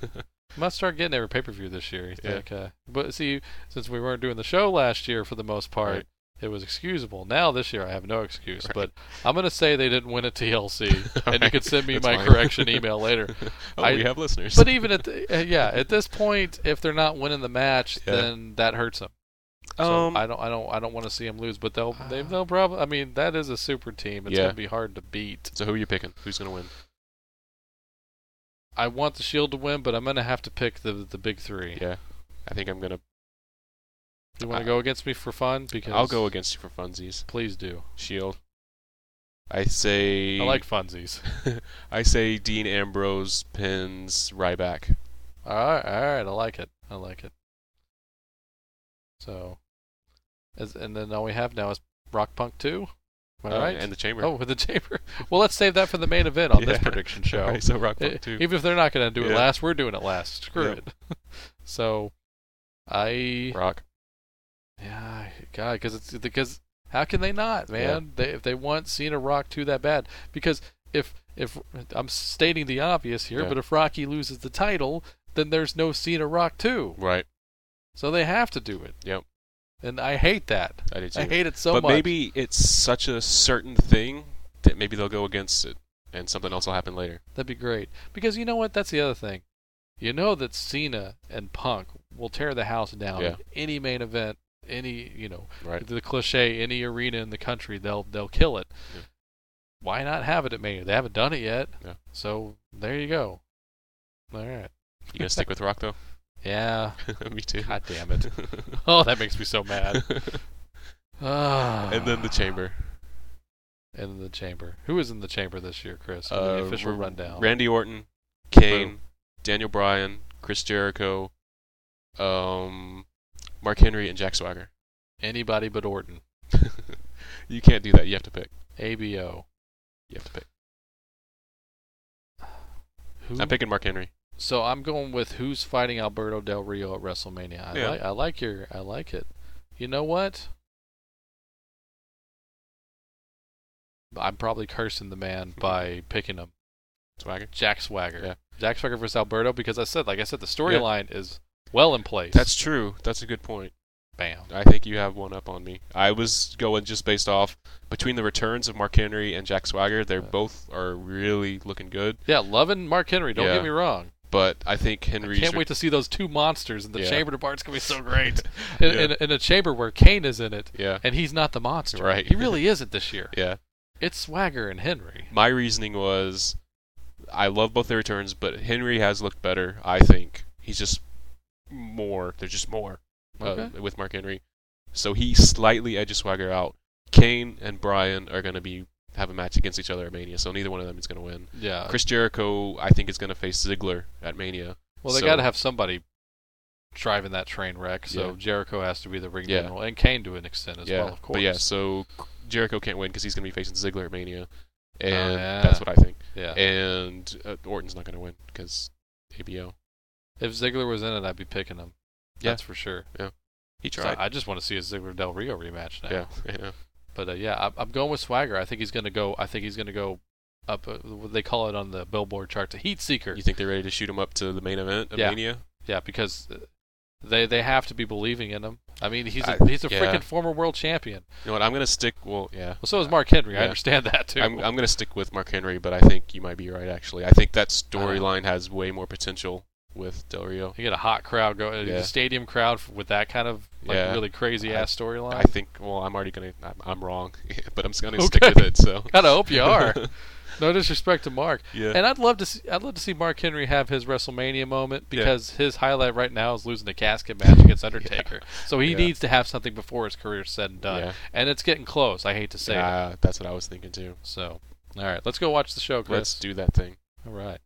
Speaker 1: Must start getting every pay per view this year. You
Speaker 2: Yeah.
Speaker 1: think? Uh, but see, since we weren't doing the show last year for the most part,
Speaker 2: Right.
Speaker 1: it was excusable. Now this year, I have no excuse.
Speaker 2: Right.
Speaker 1: But I'm gonna say they didn't win at TLC, and you can send me
Speaker 2: That's
Speaker 1: my
Speaker 2: fine.
Speaker 1: correction email later.
Speaker 2: oh,
Speaker 1: I-
Speaker 2: we have listeners.
Speaker 1: But even at the, uh, yeah, at this point, if they're not winning the match,
Speaker 2: Yeah.
Speaker 1: then that hurts them. So
Speaker 2: um,
Speaker 1: I don't, I don't, I don't want to see them lose. But they'll, they
Speaker 2: Uh,
Speaker 1: they'll probably. I mean, that is a super team. It's
Speaker 2: Yeah.
Speaker 1: gonna be hard to beat.
Speaker 2: so who are you picking? Who's gonna win?
Speaker 1: I want the Shield to win, but I'm gonna have to pick the the big three.
Speaker 2: Yeah. I think I'm gonna.
Speaker 1: You want
Speaker 2: I-
Speaker 1: to go against me for fun? Because
Speaker 2: I'll go against you for funsies.
Speaker 1: Please do.
Speaker 2: Shield. I say.
Speaker 1: I like funsies.
Speaker 2: I say Dean Ambrose pins Ryback.
Speaker 1: All right, all right. I like it. I like it. So, as, and then all we have now is Rock Punk Two. Am I
Speaker 2: Uh,
Speaker 1: right?
Speaker 2: And the Chamber.
Speaker 1: oh, with the chamber. Well, let's save that for the main event on this
Speaker 2: Yeah.
Speaker 1: prediction show.
Speaker 2: Alright, so Rock
Speaker 1: Eh,
Speaker 2: Punk too.
Speaker 1: Even if they're not going to do it
Speaker 2: Yeah.
Speaker 1: last, we're doing it last. Screw
Speaker 2: Yeah.
Speaker 1: it. so, I
Speaker 2: Rock.
Speaker 1: yeah, God, because it's because how can they not, man? They, if they want Cena Rock two that bad, because if if I'm stating the obvious here,
Speaker 2: Yeah.
Speaker 1: but if Rocky loses the title, then there's no Cena Rock two,
Speaker 2: Right.
Speaker 1: so they have to do it.
Speaker 2: Yep.
Speaker 1: And I hate that.
Speaker 2: I did too.
Speaker 1: I hate it so
Speaker 2: but
Speaker 1: much.
Speaker 2: maybe it's such a certain thing that maybe they'll go against it, and something else will happen later.
Speaker 1: That'd be great. Because you know what? That's the other thing. You know that Cena and Punk will tear the house down.
Speaker 2: Yeah.
Speaker 1: Any main event, any you know,
Speaker 2: Right.
Speaker 1: the cliche, any arena in the country, they'll they'll kill it.
Speaker 2: Yeah.
Speaker 1: Why not have it at Mania? They haven't done it yet.
Speaker 2: Yeah.
Speaker 1: So there you go. All right.
Speaker 2: You gonna stick with Rock though?
Speaker 1: Yeah.
Speaker 2: Me too.
Speaker 1: God damn it. Oh, that makes me so mad. Ah.
Speaker 2: and then the Chamber.
Speaker 1: in the chamber. Who is in the chamber this year, Chris? Give me the
Speaker 2: Uh,
Speaker 1: official
Speaker 2: R-
Speaker 1: rundown.
Speaker 2: Randy Orton, Kane, Daniel Bryan, Chris Jericho, um, Mark Henry, and Jack Swagger.
Speaker 1: Anybody but Orton.
Speaker 2: you can't do that. You have to pick.
Speaker 1: ABO.
Speaker 2: You have to pick.
Speaker 1: Who?
Speaker 2: I'm picking Mark Henry.
Speaker 1: so I'm going with who's fighting Alberto Del Rio at WrestleMania. I
Speaker 2: Yeah.
Speaker 1: like I like your I like it. You know what? I'm probably cursing the man by picking him.
Speaker 2: Swagger.
Speaker 1: Jack Swagger.
Speaker 2: Hmm. Yeah.
Speaker 1: Jack Swagger versus Alberto because I said like I said the storyline is well in place.
Speaker 2: That's true. That's a good point.
Speaker 1: bam.
Speaker 2: I think you have one up on me. I was going just based off between the returns of Mark Henry and Jack Swagger. They're
Speaker 1: Yeah.
Speaker 2: both are really looking good.
Speaker 1: Yeah, loving Mark Henry, don't
Speaker 2: Yeah.
Speaker 1: get me wrong.
Speaker 2: But I think
Speaker 1: I
Speaker 2: Henry's
Speaker 1: can't wait to see those two monsters in the
Speaker 2: Yeah.
Speaker 1: chamber depart's gonna be so great.
Speaker 2: yeah.
Speaker 1: in, in, in a chamber where Kane is in it
Speaker 2: yeah.
Speaker 1: and he's not the monster.
Speaker 2: Right.
Speaker 1: He really isn't this year.
Speaker 2: Yeah.
Speaker 1: It's Swagger and Henry.
Speaker 2: My reasoning was I love both their returns, but Henry has looked better, I think. He's just more. There's just more uh,
Speaker 1: Okay.
Speaker 2: with Mark Henry. So he slightly edges Swagger out. Kane and Bryan are going to be have a match against each other at Mania, so neither one of them is going to win. Uh,
Speaker 1: Yeah.
Speaker 2: Chris Jericho, I think, is going to face Ziggler at Mania.
Speaker 1: Well, they
Speaker 2: So-
Speaker 1: got to have somebody driving that train wreck. So
Speaker 2: Yeah.
Speaker 1: Jericho has to be the ring
Speaker 2: Yeah.
Speaker 1: general, and Kane to an extent as
Speaker 2: yeah,
Speaker 1: well, of course.
Speaker 2: But yeah, so Jericho can't win because he's going to be facing Ziggler at Mania, and
Speaker 1: Oh, yeah.
Speaker 2: that's what I think.
Speaker 1: Yeah.
Speaker 2: And uh, Orton's not going to win because ABO.
Speaker 1: if Ziggler was in it, I'd be picking him.
Speaker 2: Yeah.
Speaker 1: That's for sure.
Speaker 2: He
Speaker 1: So
Speaker 2: tried.
Speaker 1: I just want to see a Ziggler Del Rio rematch now.
Speaker 2: yeah, I know.
Speaker 1: But uh, yeah, I'm, I'm going with Swagger. I think he's going to go. I think he's going to go up. Uh, what they call it on the Billboard chart, the heat seeker.
Speaker 2: You think they're ready to shoot him up to the main event of
Speaker 1: Yeah.
Speaker 2: Mania?
Speaker 1: Yeah, because uh, they they have to be believing in him. I mean, he's a,
Speaker 2: I-
Speaker 1: he's a
Speaker 2: yeah.
Speaker 1: freaking former world champion.
Speaker 2: You know what? I'm going to stick. Well, yeah.
Speaker 1: Well, so is Mark Henry. I
Speaker 2: Yeah.
Speaker 1: understand that too.
Speaker 2: I'm, I'm going to stick with Mark Henry, but I think you might be right, actually. I think that storyline has way more potential with Del Rio.
Speaker 1: You get a hot crowd going,
Speaker 2: Yeah.
Speaker 1: the stadium crowd f- with that kind of like
Speaker 2: Yeah.
Speaker 1: really crazy ass
Speaker 2: I
Speaker 1: storyline.
Speaker 2: think, well, I'm already going to, I'm, I'm wrong, but I'm just going to
Speaker 1: Okay.
Speaker 2: stick with it, so.
Speaker 1: Gotta hope you are. no disrespect to Mark,
Speaker 2: yeah.
Speaker 1: and I'd love to see I'd love to see Mark Henry have his WrestleMania moment
Speaker 2: Yeah.
Speaker 1: because his highlight right now is losing a casket match against Undertaker. So he
Speaker 2: Yeah.
Speaker 1: needs to have something before his career's said and done,
Speaker 2: Yeah.
Speaker 1: and it's getting close. I hate to say it.
Speaker 2: Ah, that's what I was thinking, too.
Speaker 1: So, all right, let's go watch the show, Chris.
Speaker 2: Let's do that thing.
Speaker 1: all right.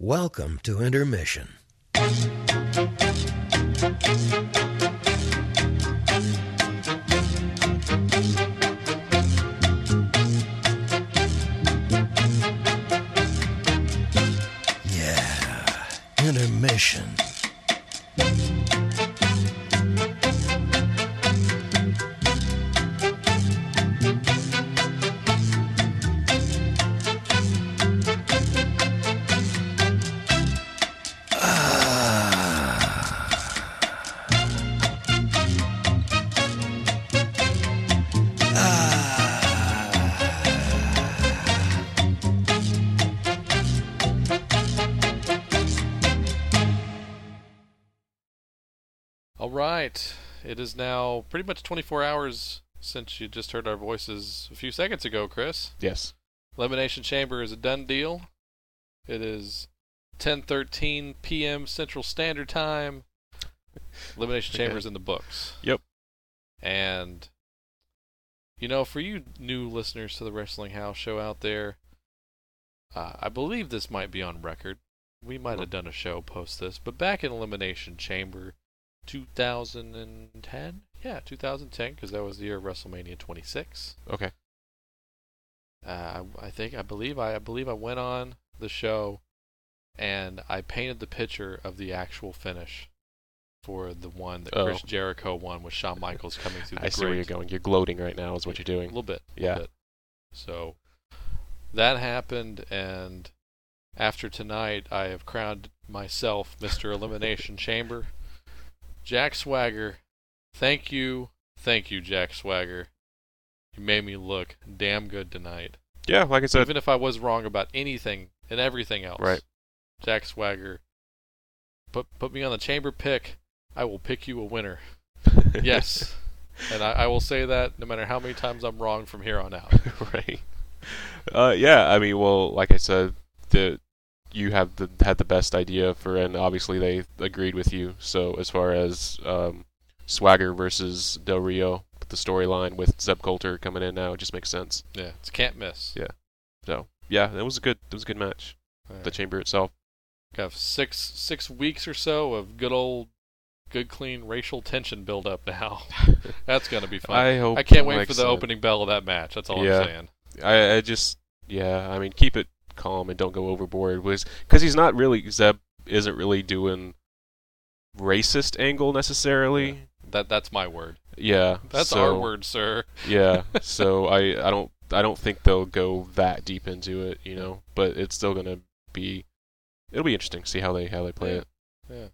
Speaker 3: Welcome to intermission. Yeah, intermission.
Speaker 1: All right. It is now pretty much 24 hours since you just heard our voices a few seconds ago, Chris.
Speaker 2: Yes.
Speaker 1: Elimination Chamber is a done deal. It is 10:13 p.m. Central Standard Time. Elimination
Speaker 2: Okay.
Speaker 1: Chamber is in the books.
Speaker 2: Yep.
Speaker 1: And you know, for you new listeners to the Wrestling House show out there, uh, I believe this might be on record. We might have done a show post this, but back in Elimination Chamber 2010, yeah, 2010, because that was the year of WrestleMania 26
Speaker 2: Okay.
Speaker 1: uh, I I think I believe I, I believe I went on the show and I painted the picture of the actual finish for the one that
Speaker 2: Oh.
Speaker 1: Chris Jericho won with Shawn Michaels coming through the
Speaker 2: I see where you're
Speaker 1: grate.
Speaker 2: going. You're gloating right now, is what you're
Speaker 1: A
Speaker 2: doing.
Speaker 1: little bit,
Speaker 2: Yeah.
Speaker 1: bit. So that happened, and after tonight, I have crowned myself Mr. Elimination Chamber. Jack Swagger, thank you, thank you, Jack Swagger. You made me look damn good tonight
Speaker 2: Yeah, like I said,
Speaker 1: even if I was wrong about anything and everything else.
Speaker 2: Right.
Speaker 1: Jack Swagger. Put put me on the chamber pick. I will pick you a winner. Yes. and I, I will say that no matter how many times I'm wrong from here on out.
Speaker 2: right. Uh, yeah, I mean, well, like I said, the you have the had the best idea for, and obviously they agreed with you. So as far as um, Swagger versus Del Rio, with the storyline with Zeb Coulter coming in now. It just makes sense.
Speaker 1: Yeah, it's can't miss.
Speaker 2: Yeah. So yeah, that was a good that was a good match.
Speaker 1: All
Speaker 2: The
Speaker 1: right.
Speaker 2: chamber itself.
Speaker 1: Got six six weeks or so of good old, good clean racial tension build up now. That's gonna be fun.
Speaker 2: I hope
Speaker 1: I can't wait
Speaker 2: like
Speaker 1: for the
Speaker 2: so.
Speaker 1: opening bell of that match. That's all
Speaker 2: Yeah.
Speaker 1: I'm saying.
Speaker 2: I, I just yeah. I mean, keep it calm and don't go overboard. Was because he's not really Zeb isn't really doing racist angle necessarily.
Speaker 1: That that's my word.
Speaker 2: Yeah,
Speaker 1: That's
Speaker 2: so-
Speaker 1: our word, sir.
Speaker 2: yeah, so I I don't I don't think they'll go that deep into it, you know. But it's still gonna be it'll be interesting to see how they how they play
Speaker 1: Yeah.
Speaker 2: it.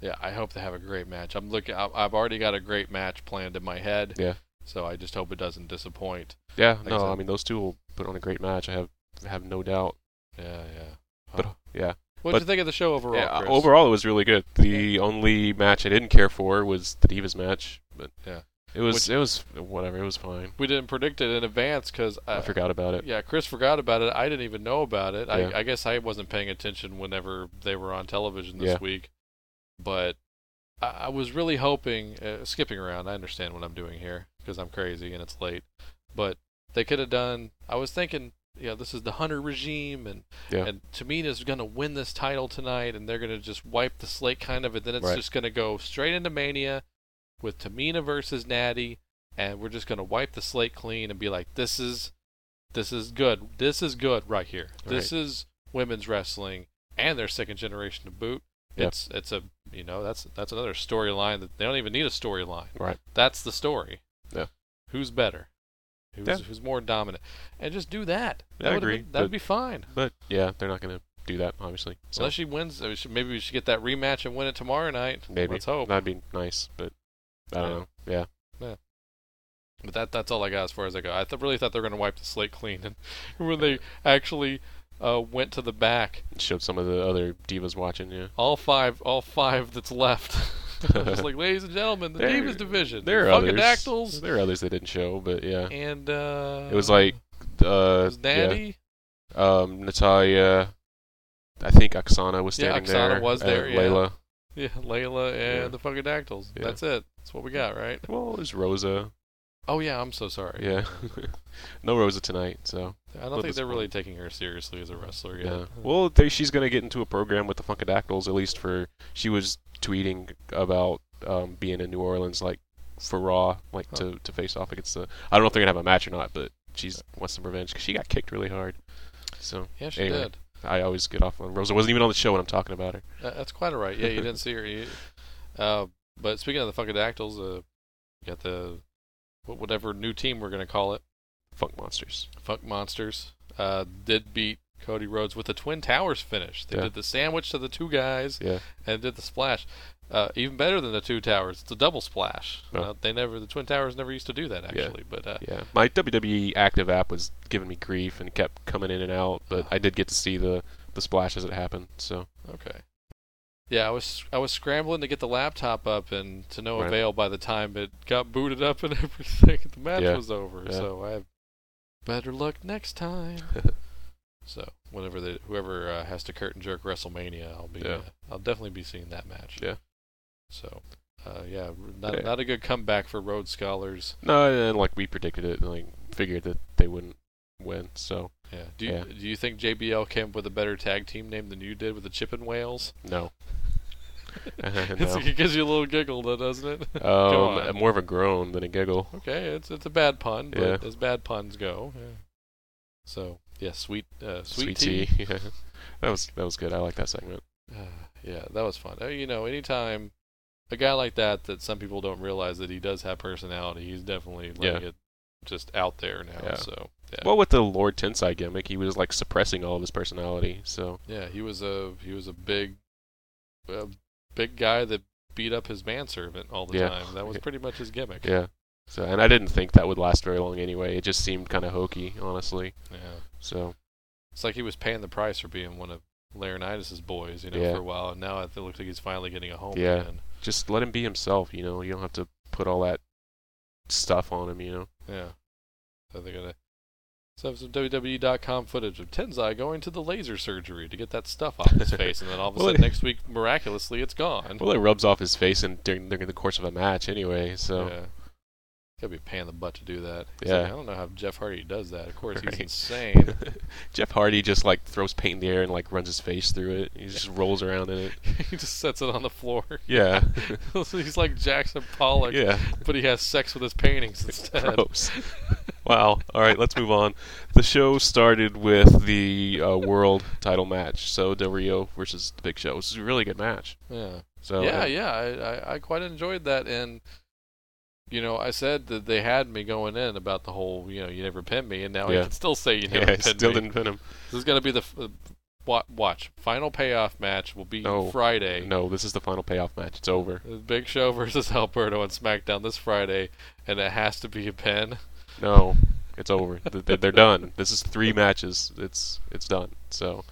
Speaker 1: Yeah, I hope they have a great match. I'm looking. I- I've already got a great match planned in my head.
Speaker 2: Yeah.
Speaker 1: So I just hope it doesn't disappoint.
Speaker 2: Yeah,
Speaker 1: Like I
Speaker 2: no,
Speaker 1: said.
Speaker 2: I mean those two will put on a great match. I have have no doubt.
Speaker 1: Yeah, yeah.
Speaker 2: But yeah,
Speaker 1: What
Speaker 2: But-
Speaker 1: did you think of the show overall?
Speaker 2: Yeah, uh,
Speaker 1: Chris?
Speaker 2: overall it was really good. The only match I didn't care for was the Divas match, but
Speaker 1: Yeah.
Speaker 2: it was
Speaker 1: Which-
Speaker 2: it was whatever. It was fine.
Speaker 1: we didn't predict it in advance uh, because
Speaker 2: I forgot about it.
Speaker 1: Yeah, Chris forgot about it. I didn't even know about it.
Speaker 2: Yeah.
Speaker 1: I, I guess I wasn't paying attention whenever they were on television this
Speaker 2: Yeah.
Speaker 1: week. But I, I was really hoping, uh, skipping around, I understand what I'm doing here because I'm crazy and it's late. But they could have done, I was thinking, you know, this is the Hunter regime and,
Speaker 2: Yeah.
Speaker 1: and Tamina's going to win this title tonight and they're going to just wipe the slate kind of. And then it's
Speaker 2: Right.
Speaker 1: just going to go straight into Mania with Tamina versus Natty. And we're just going to wipe the slate clean and be like, this is this is good. This is good right here. This is women's wrestling and their second generation to boot.
Speaker 2: Yeah.
Speaker 1: It's it's a you know that's that's another storyline that they don't even need a storyline.
Speaker 2: Right.
Speaker 1: That's the story.
Speaker 2: Yeah.
Speaker 1: Who's better? Who's
Speaker 2: Yeah.
Speaker 1: who's more dominant? And just do that.
Speaker 2: Yeah, I
Speaker 1: that would
Speaker 2: agree,
Speaker 1: That would
Speaker 2: but-
Speaker 1: be fine.
Speaker 2: But yeah, they're not gonna do that obviously. So
Speaker 1: Unless she wins, uh, she- maybe we should get that rematch and win it tomorrow night.
Speaker 2: maybe
Speaker 1: Let's hope.
Speaker 2: that'd be nice, but I don't
Speaker 1: Yeah.
Speaker 2: know. Yeah,
Speaker 1: But that that's all I got as far as I go. I th- really thought they were going to wipe the slate clean, and when they actually uh, went to the back,
Speaker 2: showed some of the other divas watching. Yeah.
Speaker 1: All five, all five that's left. Just like, ladies and gentlemen, the
Speaker 2: There-
Speaker 1: Divas division.
Speaker 2: There are others.
Speaker 1: Funkadactyls
Speaker 2: There are others that didn't show, but yeah,
Speaker 1: and uh,
Speaker 2: it was like
Speaker 1: it
Speaker 2: uh,
Speaker 1: was Natty.
Speaker 2: yeah, um, Natalia. I think Oksana was
Speaker 1: Yeah,
Speaker 2: standing
Speaker 1: Oksana
Speaker 2: there.
Speaker 1: was
Speaker 2: uh,
Speaker 1: there, yeah.
Speaker 2: Layla.
Speaker 1: Yeah, Layla and
Speaker 2: Yeah.
Speaker 1: the Funkadactyls.
Speaker 2: Yeah.
Speaker 1: That's it. That's what we got, right?
Speaker 2: Well, it was Rosa.
Speaker 1: Oh yeah, I'm so sorry.
Speaker 2: Yeah. no Rosa tonight, so
Speaker 1: I
Speaker 2: Well,
Speaker 1: don't think
Speaker 2: this
Speaker 1: they're
Speaker 2: one-
Speaker 1: really taking her seriously as a wrestler yet.
Speaker 2: yeah. Well, they, she's gonna get into a program with the Funkadactyls at least for. She was tweeting about um, being in New Orleans, like for Raw, like to, to face off against the. I don't know if they're gonna have a match or not, but she's wants some revenge because she got kicked really hard. So
Speaker 1: yeah, she
Speaker 2: anyway.
Speaker 1: did.
Speaker 2: I always get off on Rosa. Wasn't even on the show when I'm talking about her.
Speaker 1: That- that's quite all right. Yeah, you didn't see her. You, uh, but speaking of the Funkadactyls, uh, you got the wh- whatever new team we're gonna call it.
Speaker 2: Funk monsters.
Speaker 1: Funk Monsters uh, did beat Cody Rhodes with the Twin Towers finish. They
Speaker 2: Yeah.
Speaker 1: did the sandwich to the two guys
Speaker 2: Yeah.
Speaker 1: and did the splash. Uh, even better than the two towers, it's a double splash.
Speaker 2: Huh.
Speaker 1: Uh, they never, the Twin Towers never used to do that actually. But uh,
Speaker 2: Yeah. My WWE active app was giving me grief and kept coming in and out, but I did get to see the the splash as it happened. So
Speaker 1: okay, yeah, I was I was scrambling to get the laptop up and to no
Speaker 2: Right.
Speaker 1: avail. By the time it got booted up and everything, the match
Speaker 2: Yeah.
Speaker 1: was over.
Speaker 2: Yeah.
Speaker 1: So I have better luck next time. So whenever the whoever uh, has to curtain jerk WrestleMania, I'll be
Speaker 2: Yeah.
Speaker 1: uh, I'll definitely be seeing that match.
Speaker 2: Yeah.
Speaker 1: So, uh, yeah, r- not
Speaker 2: Yeah.
Speaker 1: not a good comeback for Rhodes Scholars.
Speaker 2: no, and like we predicted it, and like figured that they wouldn't win. So
Speaker 1: Yeah. Do you
Speaker 2: Yeah.
Speaker 1: do you think JBL came up with a better tag team name than you did with the Chippin Whales?
Speaker 2: no. Uh,
Speaker 1: It's-
Speaker 2: no.
Speaker 1: it gives you a little giggle, though, doesn't it? Go
Speaker 2: Um,
Speaker 1: on.
Speaker 2: more of a groan than a giggle.
Speaker 1: okay, it's it's a bad pun, but
Speaker 2: Yeah.
Speaker 1: as bad puns go. Yeah. So yeah, sweet uh, sweet, tea.
Speaker 2: tea. yeah. That was that was good. I like that segment.
Speaker 1: Uh, yeah, that was fun. Uh, you know, anytime a guy like that, that some people don't realize that he does have personality, he's definitely letting it just out there now.
Speaker 2: Yeah.
Speaker 1: So yeah,
Speaker 2: Well, with the Lord Tensai gimmick, he was like suppressing all of his personality. So
Speaker 1: yeah, he was a he was a big, a big guy that beat up his manservant all the
Speaker 2: Yeah.
Speaker 1: time. That was pretty much his gimmick.
Speaker 2: Yeah. So and I didn't think that would last very long anyway. It just seemed kind of hokey, honestly.
Speaker 1: Yeah.
Speaker 2: So
Speaker 1: It's like he was paying the price for being one of Laurinaitis' boys, you know,
Speaker 2: Yeah.
Speaker 1: for a while, and now it looks like he's finally getting a home
Speaker 2: Yeah.
Speaker 1: again.
Speaker 2: just let him be himself, you know. You don't have to put all that stuff on him, you know.
Speaker 1: Yeah. So they're gonna. So have some WWE.com footage of Tenzai going to the laser surgery to get that stuff off his face, and then all of a
Speaker 2: Well,
Speaker 1: sudden
Speaker 2: it-
Speaker 1: next week, miraculously, it's gone.
Speaker 2: Well, it rubs off his face and during during the course of a match anyway. So
Speaker 1: yeah. Gotta be a pain in the butt to do that. He's
Speaker 2: Yeah.
Speaker 1: like, I don't know how Jeff Hardy does that. Of course,
Speaker 2: Right.
Speaker 1: he's insane.
Speaker 2: Jeff Hardy just like throws paint in the air and like runs his face through it. He just rolls around in it.
Speaker 1: he just sets it on the floor.
Speaker 2: Yeah,
Speaker 1: he's like Jackson Pollock,
Speaker 2: yeah.
Speaker 1: but he has sex with his paintings instead.
Speaker 2: Gross. wow. All right, let's move on. The show started with the uh, world title match, so Del Rio versus the Big Show. This is a really good match.
Speaker 1: Yeah,
Speaker 2: So
Speaker 1: yeah,
Speaker 2: uh,
Speaker 1: yeah. I, I, I quite enjoyed that, and you know, I said that they had me going in about the whole, you know, you never pinned me, and now I
Speaker 2: Yeah.
Speaker 1: can still say you
Speaker 2: yeah,
Speaker 1: never
Speaker 2: I
Speaker 1: pinned
Speaker 2: still
Speaker 1: me.
Speaker 2: didn't pin him.
Speaker 1: This is gonna be the f- uh, wa- watch final payoff match. Will be
Speaker 2: No.
Speaker 1: Friday.
Speaker 2: No, this is the final payoff match. It's over.
Speaker 1: The Big Show versus Alberto on SmackDown this Friday, and it has to be a pin.
Speaker 2: No, it's over. Th- They're they're done. This is three matches. It's it's done. So,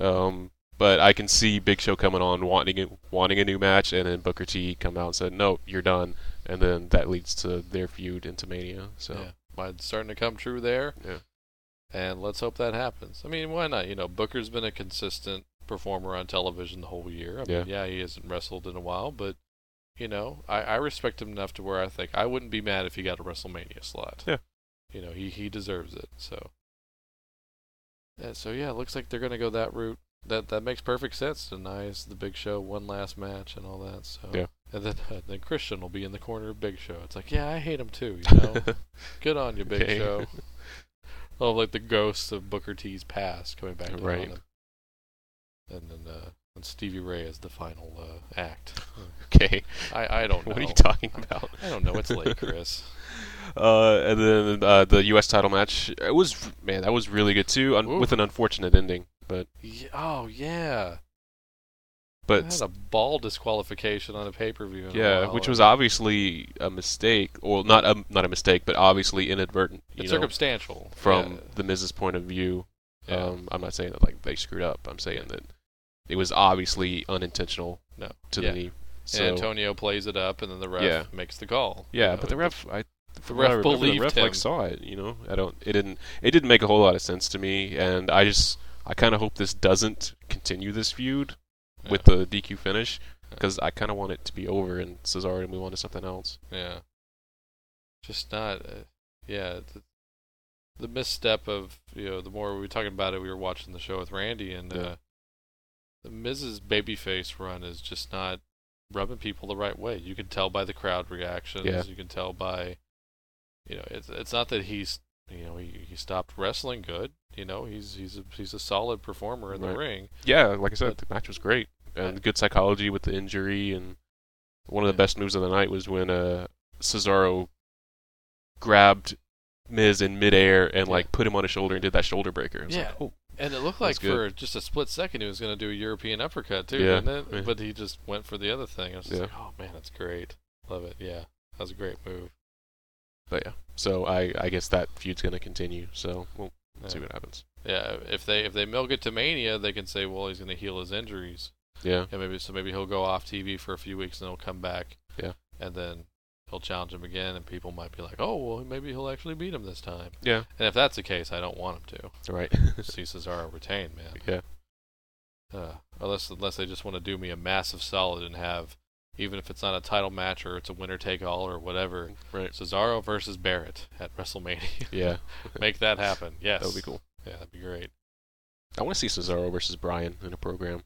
Speaker 2: um, but I can see Big Show coming on wanting it, wanting a new match, and then Booker T come out and said, "No, you're done," and then that leads to their feud into Mania. So.
Speaker 1: Yeah. Mine's starting to come true there.
Speaker 2: Yeah.
Speaker 1: And let's hope that happens. I mean, why not? You know, Booker's been a consistent performer on television the whole year. I mean, yeah, he hasn't wrestled in a while, but you know, I, I respect him enough to where I think I wouldn't be mad if he got a WrestleMania slot.
Speaker 2: Yeah.
Speaker 1: You know, he, he deserves it. So yeah, so yeah, it looks like they're gonna go that route. That that makes perfect sense. Denies the Big Show one last match and all that. So
Speaker 2: Yeah.
Speaker 1: and then uh, then Christian will be in the corner of Big Show. It's like, yeah, I hate him too. You know, Good on you, Big
Speaker 2: Okay.
Speaker 1: Show. Oh, like the ghosts of Booker T's past coming back to haunt
Speaker 2: Right.
Speaker 1: him. And then uh, and Stevie Ray is the final uh, act.
Speaker 2: okay.
Speaker 1: I, I don't know.
Speaker 2: What are you talking about?
Speaker 1: I don't know. It's late, Chris.
Speaker 2: Uh, and then uh, the U.S. title match. It was man, that was really good too, un-
Speaker 1: Ooh.
Speaker 2: with an unfortunate ending. But
Speaker 1: Ye- oh yeah, I
Speaker 2: but
Speaker 1: had a ball disqualification on a pay per view.
Speaker 2: yeah, which was obviously a mistake, or not a not a mistake, but obviously inadvertent. You
Speaker 1: it's
Speaker 2: know,
Speaker 1: circumstantial
Speaker 2: from
Speaker 1: Yeah.
Speaker 2: the Miz's point of view.
Speaker 1: Yeah.
Speaker 2: Um, I'm not saying that like they screwed up. I'm saying that it was obviously unintentional
Speaker 1: No.
Speaker 2: to
Speaker 1: Yeah.
Speaker 2: the knee. So,
Speaker 1: And Antonio plays it up, and then the ref
Speaker 2: Yeah.
Speaker 1: makes the call. you
Speaker 2: Yeah,
Speaker 1: know,
Speaker 2: but the
Speaker 1: it-
Speaker 2: ref, I,
Speaker 1: the
Speaker 2: from what I
Speaker 1: ref
Speaker 2: remember,
Speaker 1: believed
Speaker 2: the ref,
Speaker 1: him.
Speaker 2: Like, saw it, you know. I don't. It didn't. It didn't make a whole lot of sense to me, and I just, I kind of hope this doesn't continue this feud with the DQ finish, because I kind of want it to be over and Cesaro to move on to something else.
Speaker 1: Yeah. Just not. Uh, yeah. The, the misstep of you know the more we were talking about it, we were watching the show with Randy and
Speaker 2: Yeah.
Speaker 1: uh, the Miz's babyface run is just not rubbing people the right way. You can tell by the crowd reactions.
Speaker 2: Yeah.
Speaker 1: You can tell by you know it's it's not that he's you know he, he stopped wrestling good. You know he's he's a, he's a solid performer in
Speaker 2: Right.
Speaker 1: the ring.
Speaker 2: Yeah, like I said, the match was great and good psychology with the injury, and one of the
Speaker 1: Yeah.
Speaker 2: best moves of the night was when uh, Cesaro grabbed Miz in midair and
Speaker 1: Yeah.
Speaker 2: like put him on his shoulder and did that shoulder breaker. It was
Speaker 1: Yeah.
Speaker 2: Like, oh,
Speaker 1: And it looked
Speaker 2: That's
Speaker 1: like
Speaker 2: good.
Speaker 1: for just a split second he was going to do a European uppercut too,
Speaker 2: Yeah,
Speaker 1: didn't it?
Speaker 2: yeah.
Speaker 1: But he just went for the other thing. I was just
Speaker 2: Yeah.
Speaker 1: like, oh man, that's great. Love it. Yeah, that was a great move.
Speaker 2: But yeah, so I, I guess that feud's gonna continue. So we'll
Speaker 1: Yeah.
Speaker 2: see what happens.
Speaker 1: Yeah, if they if they milk it to Mania, they can say, well, he's going to heal his injuries.
Speaker 2: Yeah,
Speaker 1: Yeah, maybe so. Maybe he'll go off TV for a few weeks and he'll come back.
Speaker 2: Yeah.
Speaker 1: And then he'll challenge him again, and people might be like, oh, well, maybe he'll actually beat him this time.
Speaker 2: yeah,
Speaker 1: And if that's the case, I don't want him to.
Speaker 2: right.
Speaker 1: see Cesaro retain, man.
Speaker 2: Yeah.
Speaker 1: Uh, unless unless they just want to do me a massive solid and have, even if it's not a title match or it's a winner take all or whatever,
Speaker 2: right.
Speaker 1: Cesaro versus Barrett at WrestleMania.
Speaker 2: Yeah,
Speaker 1: Make that happen. Yes.
Speaker 2: that would be cool.
Speaker 1: Yeah, that'd be great.
Speaker 2: I want to see Cesaro versus Bryan in a program.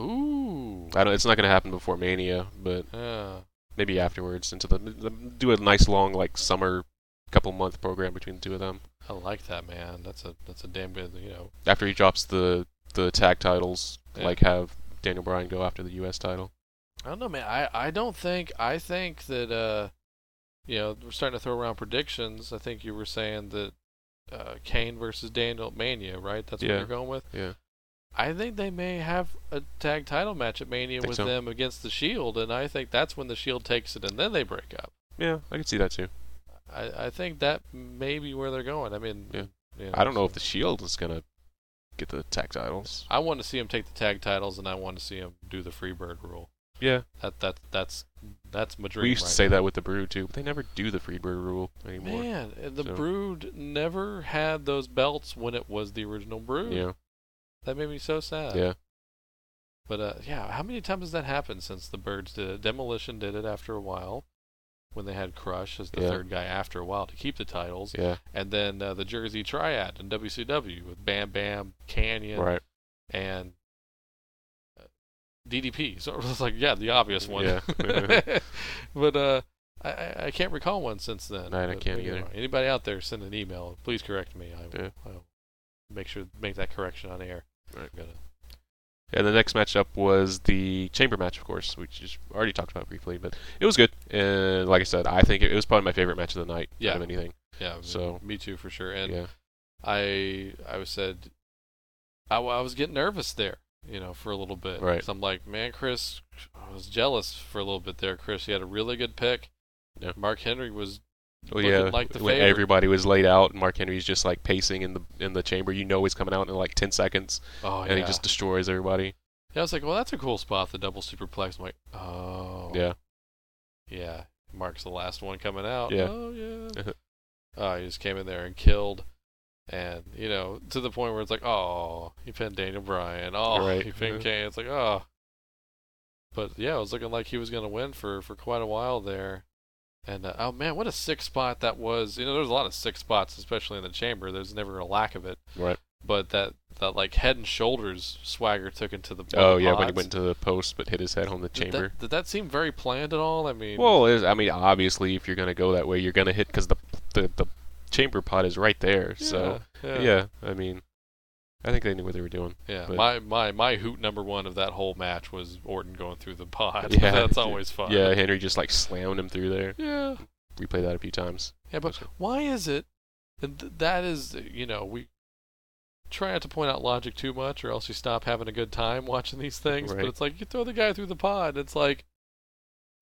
Speaker 1: Ooh.
Speaker 2: I don't. It's not gonna happen before Mania, but
Speaker 1: Yeah.
Speaker 2: maybe afterwards. Into the, the do a nice long like summer, couple month program between the two of them.
Speaker 1: I like that, man. That's a that's a damn good, you know.
Speaker 2: After he drops the the tag titles,
Speaker 1: Yeah.
Speaker 2: like have Daniel Bryan go after the U.S. title.
Speaker 1: I don't know, man. I, I don't think I think that uh, you know, we're starting to throw around predictions. I think you were saying that uh, Kane versus Daniel at Mania, right? That's what
Speaker 2: Yeah.
Speaker 1: you're going with.
Speaker 2: Yeah.
Speaker 1: I think they may have a tag title match at Mania
Speaker 2: Think
Speaker 1: with
Speaker 2: so.
Speaker 1: them against the Shield, and I think that's when the Shield takes it, and then they break up.
Speaker 2: Yeah, I could see that too.
Speaker 1: I, I think that may be where they're going. I mean,
Speaker 2: Yeah.
Speaker 1: you
Speaker 2: I don't know if
Speaker 1: so-
Speaker 2: the Shield is gonna get the tag titles.
Speaker 1: I want to see him take the tag titles, and I want to see him do the Freebird rule.
Speaker 2: Yeah,
Speaker 1: That that that's that's my dream.
Speaker 2: We used
Speaker 1: right
Speaker 2: to say
Speaker 1: now.
Speaker 2: that with the Brood too, but they never do the Freebird rule anymore.
Speaker 1: Man, uh, the
Speaker 2: So-
Speaker 1: Brood never had those belts when it was the original Brood.
Speaker 2: Yeah,
Speaker 1: That made me so sad. uh,
Speaker 2: yeah.
Speaker 1: But uh, yeah, how many times has that happened since the Birds did it? Demolition did it after a while. when they had Crush as the
Speaker 2: Yeah.
Speaker 1: third guy after a while to keep the titles,
Speaker 2: Yeah,
Speaker 1: and then uh, the Jersey Triad in WCW with Bam Bam, Canyon,
Speaker 2: right.
Speaker 1: and uh, DDP. So it was like, yeah, the obvious one.
Speaker 2: Yeah.
Speaker 1: but uh, I- I, I can't recall one since then.
Speaker 2: No, I
Speaker 1: But
Speaker 2: can't
Speaker 1: maybe I'm
Speaker 2: either.
Speaker 1: wrong. Anybody out there, send an email. Please correct me. I will,
Speaker 2: Yeah.
Speaker 1: I will make sure make that correction on air.
Speaker 2: Right.
Speaker 1: I'm gonna-
Speaker 2: And the next matchup was the chamber match, of course, which is already talked about briefly, but it was good. And like I said, I think it, it was probably my favorite match of the night. out
Speaker 1: Yeah.
Speaker 2: of anything.
Speaker 1: yeah. I mean,
Speaker 2: So-
Speaker 1: me too for sure. And
Speaker 2: yeah,
Speaker 1: I I was said I, wa- I was getting nervous there, you know, for a little bit.
Speaker 2: Right.
Speaker 1: So I'm like, man, Chris, I was jealous for a little bit there. Chris, he had a really good pick.
Speaker 2: Yeah.
Speaker 1: Mark Henry was
Speaker 2: oh
Speaker 1: looking
Speaker 2: yeah.
Speaker 1: like the
Speaker 2: when
Speaker 1: favorite.
Speaker 2: everybody was laid out, and Mark Henry's just like pacing in the in the chamber. You know he's coming out in like ten seconds,
Speaker 1: oh
Speaker 2: and
Speaker 1: yeah.
Speaker 2: he just destroys everybody.
Speaker 1: Yeah, I was like, well, that's a cool spot, the double superplex. I'm like, oh
Speaker 2: Yeah,
Speaker 1: yeah. Mark's the last one coming out.
Speaker 2: Yeah.
Speaker 1: Oh yeah. uh, he just came in there and killed. And you know, to the point where it's like, oh, he pinned Daniel Bryan. Oh,
Speaker 2: Right.
Speaker 1: he pinned Kane. It's like, oh. But yeah, it was looking like he was going to win for for quite a while there. And uh, oh man, what a sick spot that was! You know, there's a lot of sick spots, especially in the chamber. There's never a lack of it.
Speaker 2: right.
Speaker 1: But that that like head and shoulders swagger took into the
Speaker 2: Oh yeah, when he
Speaker 1: odds.
Speaker 2: went to the post but hit his head on the
Speaker 1: Did that-
Speaker 2: chamber.
Speaker 1: Did that, seem very planned at all? I mean,
Speaker 2: Well, it is, I mean, obviously, if you're gonna go that way, you're gonna hit because the, the the chamber pot is right there. So
Speaker 1: yeah,
Speaker 2: yeah. I mean, I think they knew what they were doing.
Speaker 1: yeah.
Speaker 2: but-
Speaker 1: my my my hoot number one of that whole match was Orton going through the pod.
Speaker 2: Yeah.
Speaker 1: that's always fun.
Speaker 2: Yeah, Henry just like slammed him through there.
Speaker 1: yeah,
Speaker 2: Replay that a few times.
Speaker 1: yeah. But why is it? And th- that is, you know, we try not to point out logic too much, or else you stop having a good time watching these things.
Speaker 2: Right.
Speaker 1: But it's like you throw the guy through the pod. It's like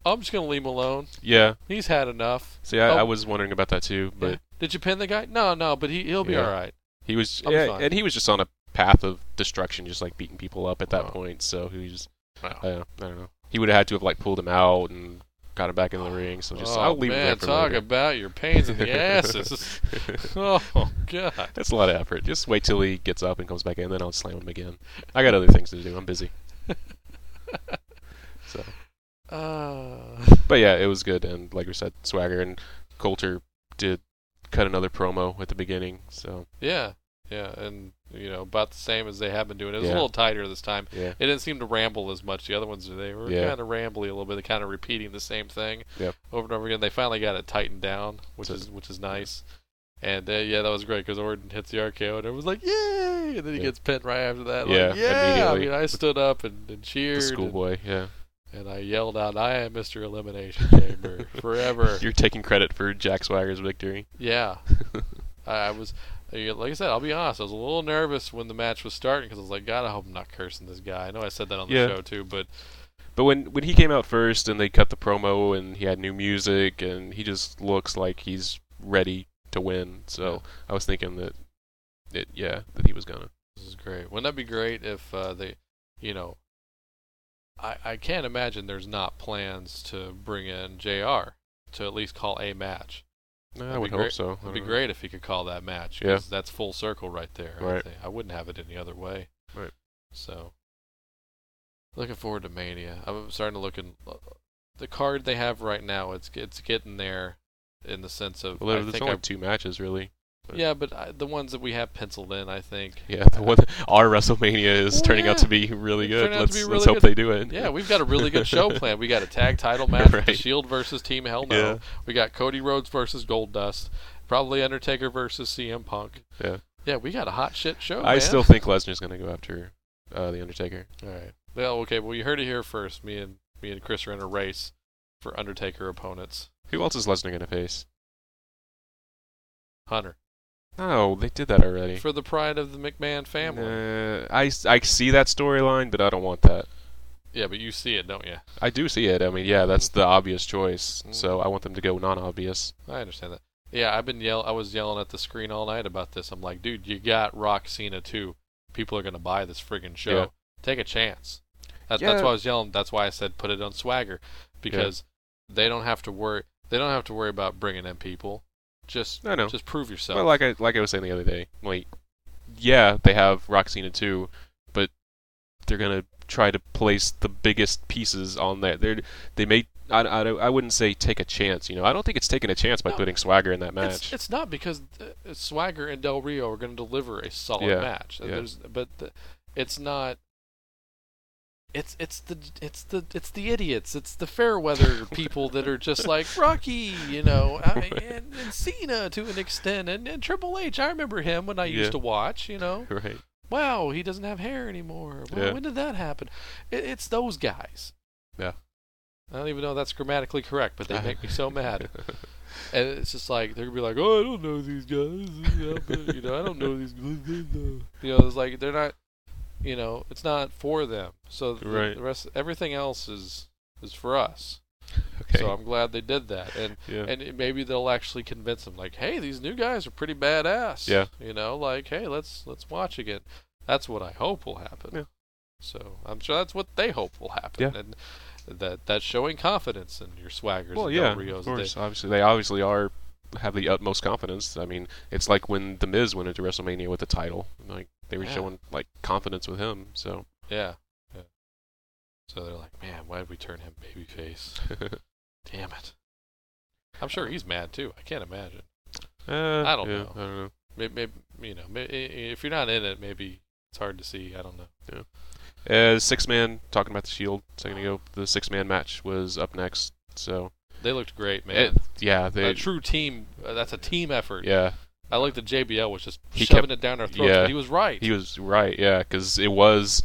Speaker 1: I'm just gonna leave him alone.
Speaker 2: Yeah.
Speaker 1: He's had enough.
Speaker 2: See, I,
Speaker 1: Oh.
Speaker 2: I was wondering about that too, but
Speaker 1: Yeah. Did you pin the guy? No, no. But he he'll be
Speaker 2: Yeah.
Speaker 1: all right.
Speaker 2: he was,
Speaker 1: I'll be
Speaker 2: yeah,
Speaker 1: fine.
Speaker 2: and he was just on a path of destruction, just like beating people up at that
Speaker 1: Wow.
Speaker 2: point. So he was,
Speaker 1: Oh. Wow.
Speaker 2: I, don't- I don't know. He would have had to have like pulled him out and got him back in the ring. So just,
Speaker 1: oh
Speaker 2: I'll leave
Speaker 1: man,
Speaker 2: it there for
Speaker 1: talk
Speaker 2: later.
Speaker 1: about your pains in the asses. oh god.
Speaker 2: That's a lot of effort. Just wait till he gets up and comes back in, then I'll slam him again. I got other things to do. I'm busy. so,
Speaker 1: Uh,
Speaker 2: but yeah, it was good. And like we said, Swagger and Coulter did cut another promo at the beginning. So
Speaker 1: yeah, yeah, and you know about the same as they have been doing. It was
Speaker 2: Yeah.
Speaker 1: a little tighter this time.
Speaker 2: yeah,
Speaker 1: It didn't seem to ramble as much. The other ones they were
Speaker 2: Yeah.
Speaker 1: kind of rambly a little bit. They kind of repeating the same thing
Speaker 2: Yep.
Speaker 1: over and over again. They finally got it tightened down, which
Speaker 2: So-
Speaker 1: is which is nice. And uh, yeah, that was great because Orton hits the RKO and everyone's like, "Yay!" And then he
Speaker 2: Yeah.
Speaker 1: gets pinned right after that.
Speaker 2: Yeah,
Speaker 1: like, yeah. I
Speaker 2: immediately.
Speaker 1: mean, I stood up and, and
Speaker 2: the
Speaker 1: cheered, and,
Speaker 2: schoolboy. Yeah,
Speaker 1: and I yelled out, "I am Mr. Elimination Chamber forever."
Speaker 2: you're taking credit for Jack Swagger's victory.
Speaker 1: Yeah, I, I was, I- like I said, I'll be honest. I was a little nervous when the match was starting because I was like, God, I hope I'm not cursing this guy. I know I said that on the
Speaker 2: Yeah.
Speaker 1: show too, but
Speaker 2: But when when he came out first and they cut the promo and he had new music and he just looks like he's ready to win. So I was thinking that, it yeah, that he was gonna.
Speaker 1: this is great. Wouldn't that be great if uh, they, you know, I I can't imagine there's not plans to bring in Jr. to at least call a match.
Speaker 2: No, I
Speaker 1: That'd
Speaker 2: would
Speaker 1: be great-
Speaker 2: hope so. I
Speaker 1: It'd be
Speaker 2: don't know.
Speaker 1: great if he could call that match.
Speaker 2: Yeah.
Speaker 1: 'cause that's full circle right there. I
Speaker 2: Right.
Speaker 1: think. I wouldn't have it any other way.
Speaker 2: Right.
Speaker 1: So, looking forward to Mania. I'm starting to look in uh, the card they have right now. It's it's getting there, in the sense of
Speaker 2: Well, there-
Speaker 1: I
Speaker 2: there's
Speaker 1: think
Speaker 2: only
Speaker 1: I-
Speaker 2: two matches really. but-
Speaker 1: yeah, but I, the ones that we have penciled in, I think.
Speaker 2: Yeah, the one our WrestleMania is
Speaker 1: Well,
Speaker 2: turning out
Speaker 1: Oh, yeah.
Speaker 2: to be really
Speaker 1: It's
Speaker 2: good.
Speaker 1: turning out to
Speaker 2: Let's
Speaker 1: be
Speaker 2: let's
Speaker 1: really
Speaker 2: hope
Speaker 1: good.
Speaker 2: they do it.
Speaker 1: Yeah, we've got a really good show plan. We got a tag title match, with the
Speaker 2: Right.
Speaker 1: Shield versus Team Hell No.
Speaker 2: Yeah.
Speaker 1: We got Cody Rhodes versus Gold Dust. Probably Undertaker versus CM Punk.
Speaker 2: Yeah.
Speaker 1: Yeah, we got a hot shit show.
Speaker 2: I
Speaker 1: man.
Speaker 2: still think Lesnar's gonna go after uh, the Undertaker.
Speaker 1: All right. Well, okay. Well, you heard it here first. Me and me and Chris are in a race for Undertaker opponents.
Speaker 2: Who else is Lesnar gonna face?
Speaker 1: Hunter
Speaker 2: No, they did that already.
Speaker 1: for the pride of the McMahon family.
Speaker 2: Uh, I, s- I see that storyline, but I don't want that.
Speaker 1: Yeah, but you see it, don't you?
Speaker 2: I do see it. I mean, yeah, that's the obvious choice.
Speaker 1: Mm-hmm.
Speaker 2: So I want them to go non-obvious.
Speaker 1: I understand that. Yeah, I've been yell. I was yelling at the screen all night about this. I'm like, dude, you got Rock Cena too. People are gonna buy this friggin' show.
Speaker 2: Yeah.
Speaker 1: Take a chance. That,
Speaker 2: Yeah.
Speaker 1: That's why I was yelling. That's why I said put it on Swagger because they don't have to worry. They don't have to worry about bringing in people. Just
Speaker 2: I know.
Speaker 1: just prove yourself.
Speaker 2: Well, like I like I was saying the other day, like yeah, they have Roxina too, but they're gonna try to place the biggest pieces on that. They they may I, I, don't- I wouldn't say take a chance. You know, I don't think it's taking a chance by
Speaker 1: No.
Speaker 2: putting Swagger in that
Speaker 1: It's,
Speaker 2: match.
Speaker 1: it's not because uh, Swagger and Del Rio are going to deliver a solid
Speaker 2: Yeah,
Speaker 1: match.
Speaker 2: yeah.
Speaker 1: There's, but the, it's not. It's it's the it's the it's the idiots. It's the fair weather people that are just like Rocky, you know, I mean, and, and Cena to an extent, and, and Triple H. I remember him when I used
Speaker 2: Yeah.
Speaker 1: to watch. You know,
Speaker 2: right.
Speaker 1: wow, he doesn't have hair anymore. Wow,
Speaker 2: Yeah.
Speaker 1: When did that happen? It, it's those guys.
Speaker 2: Yeah.
Speaker 1: I don't even know if that's grammatically correct, but they make me so mad. And it's just like they're gonna be like, "Oh, I don't know these guys," you know, "I don't know these," guys." you know, it's like they're not, you know, it's not for them. So the,
Speaker 2: Right.
Speaker 1: the rest, everything else is is for us.
Speaker 2: okay.
Speaker 1: So I'm glad they did that, and
Speaker 2: yeah.
Speaker 1: and it- maybe they'll actually convince them, like, "Hey, these new guys are pretty badass."
Speaker 2: Yeah.
Speaker 1: you know, like, "Hey, let's let's watch again." That's what I hope will happen.
Speaker 2: Yeah.
Speaker 1: So I'm sure that's what they hope will happen,
Speaker 2: Yeah.
Speaker 1: and that that's showing confidence in your swaggers
Speaker 2: well,
Speaker 1: and
Speaker 2: yeah.
Speaker 1: Del Rios.
Speaker 2: Of
Speaker 1: that they-
Speaker 2: course. Obviously, they obviously are have the utmost confidence. I mean, it's like when the Miz went into WrestleMania with the title. Like they were
Speaker 1: Yeah.
Speaker 2: showing like confidence with him. So
Speaker 1: Yeah. yeah. So they're like, man, why did we turn him babyface? Damn it. I'm sure he's mad too. I can't imagine.
Speaker 2: Uh,
Speaker 1: I don't
Speaker 2: yeah,
Speaker 1: know.
Speaker 2: I don't know.
Speaker 1: Maybe, maybe you know, may i- i- if you're not in it, maybe it's hard to see. I don't know.
Speaker 2: Uh, six man talking about the Shield a second ago. The six man match was up next. So
Speaker 1: They looked great, man.
Speaker 2: it, yeah, they
Speaker 1: a true team. Uh, that's a team effort.
Speaker 2: yeah
Speaker 1: I like that JBL was just
Speaker 2: He
Speaker 1: shoving
Speaker 2: kept-
Speaker 1: it down our throats,
Speaker 2: yeah.
Speaker 1: but he was right.
Speaker 2: he was right. Yeah, because it was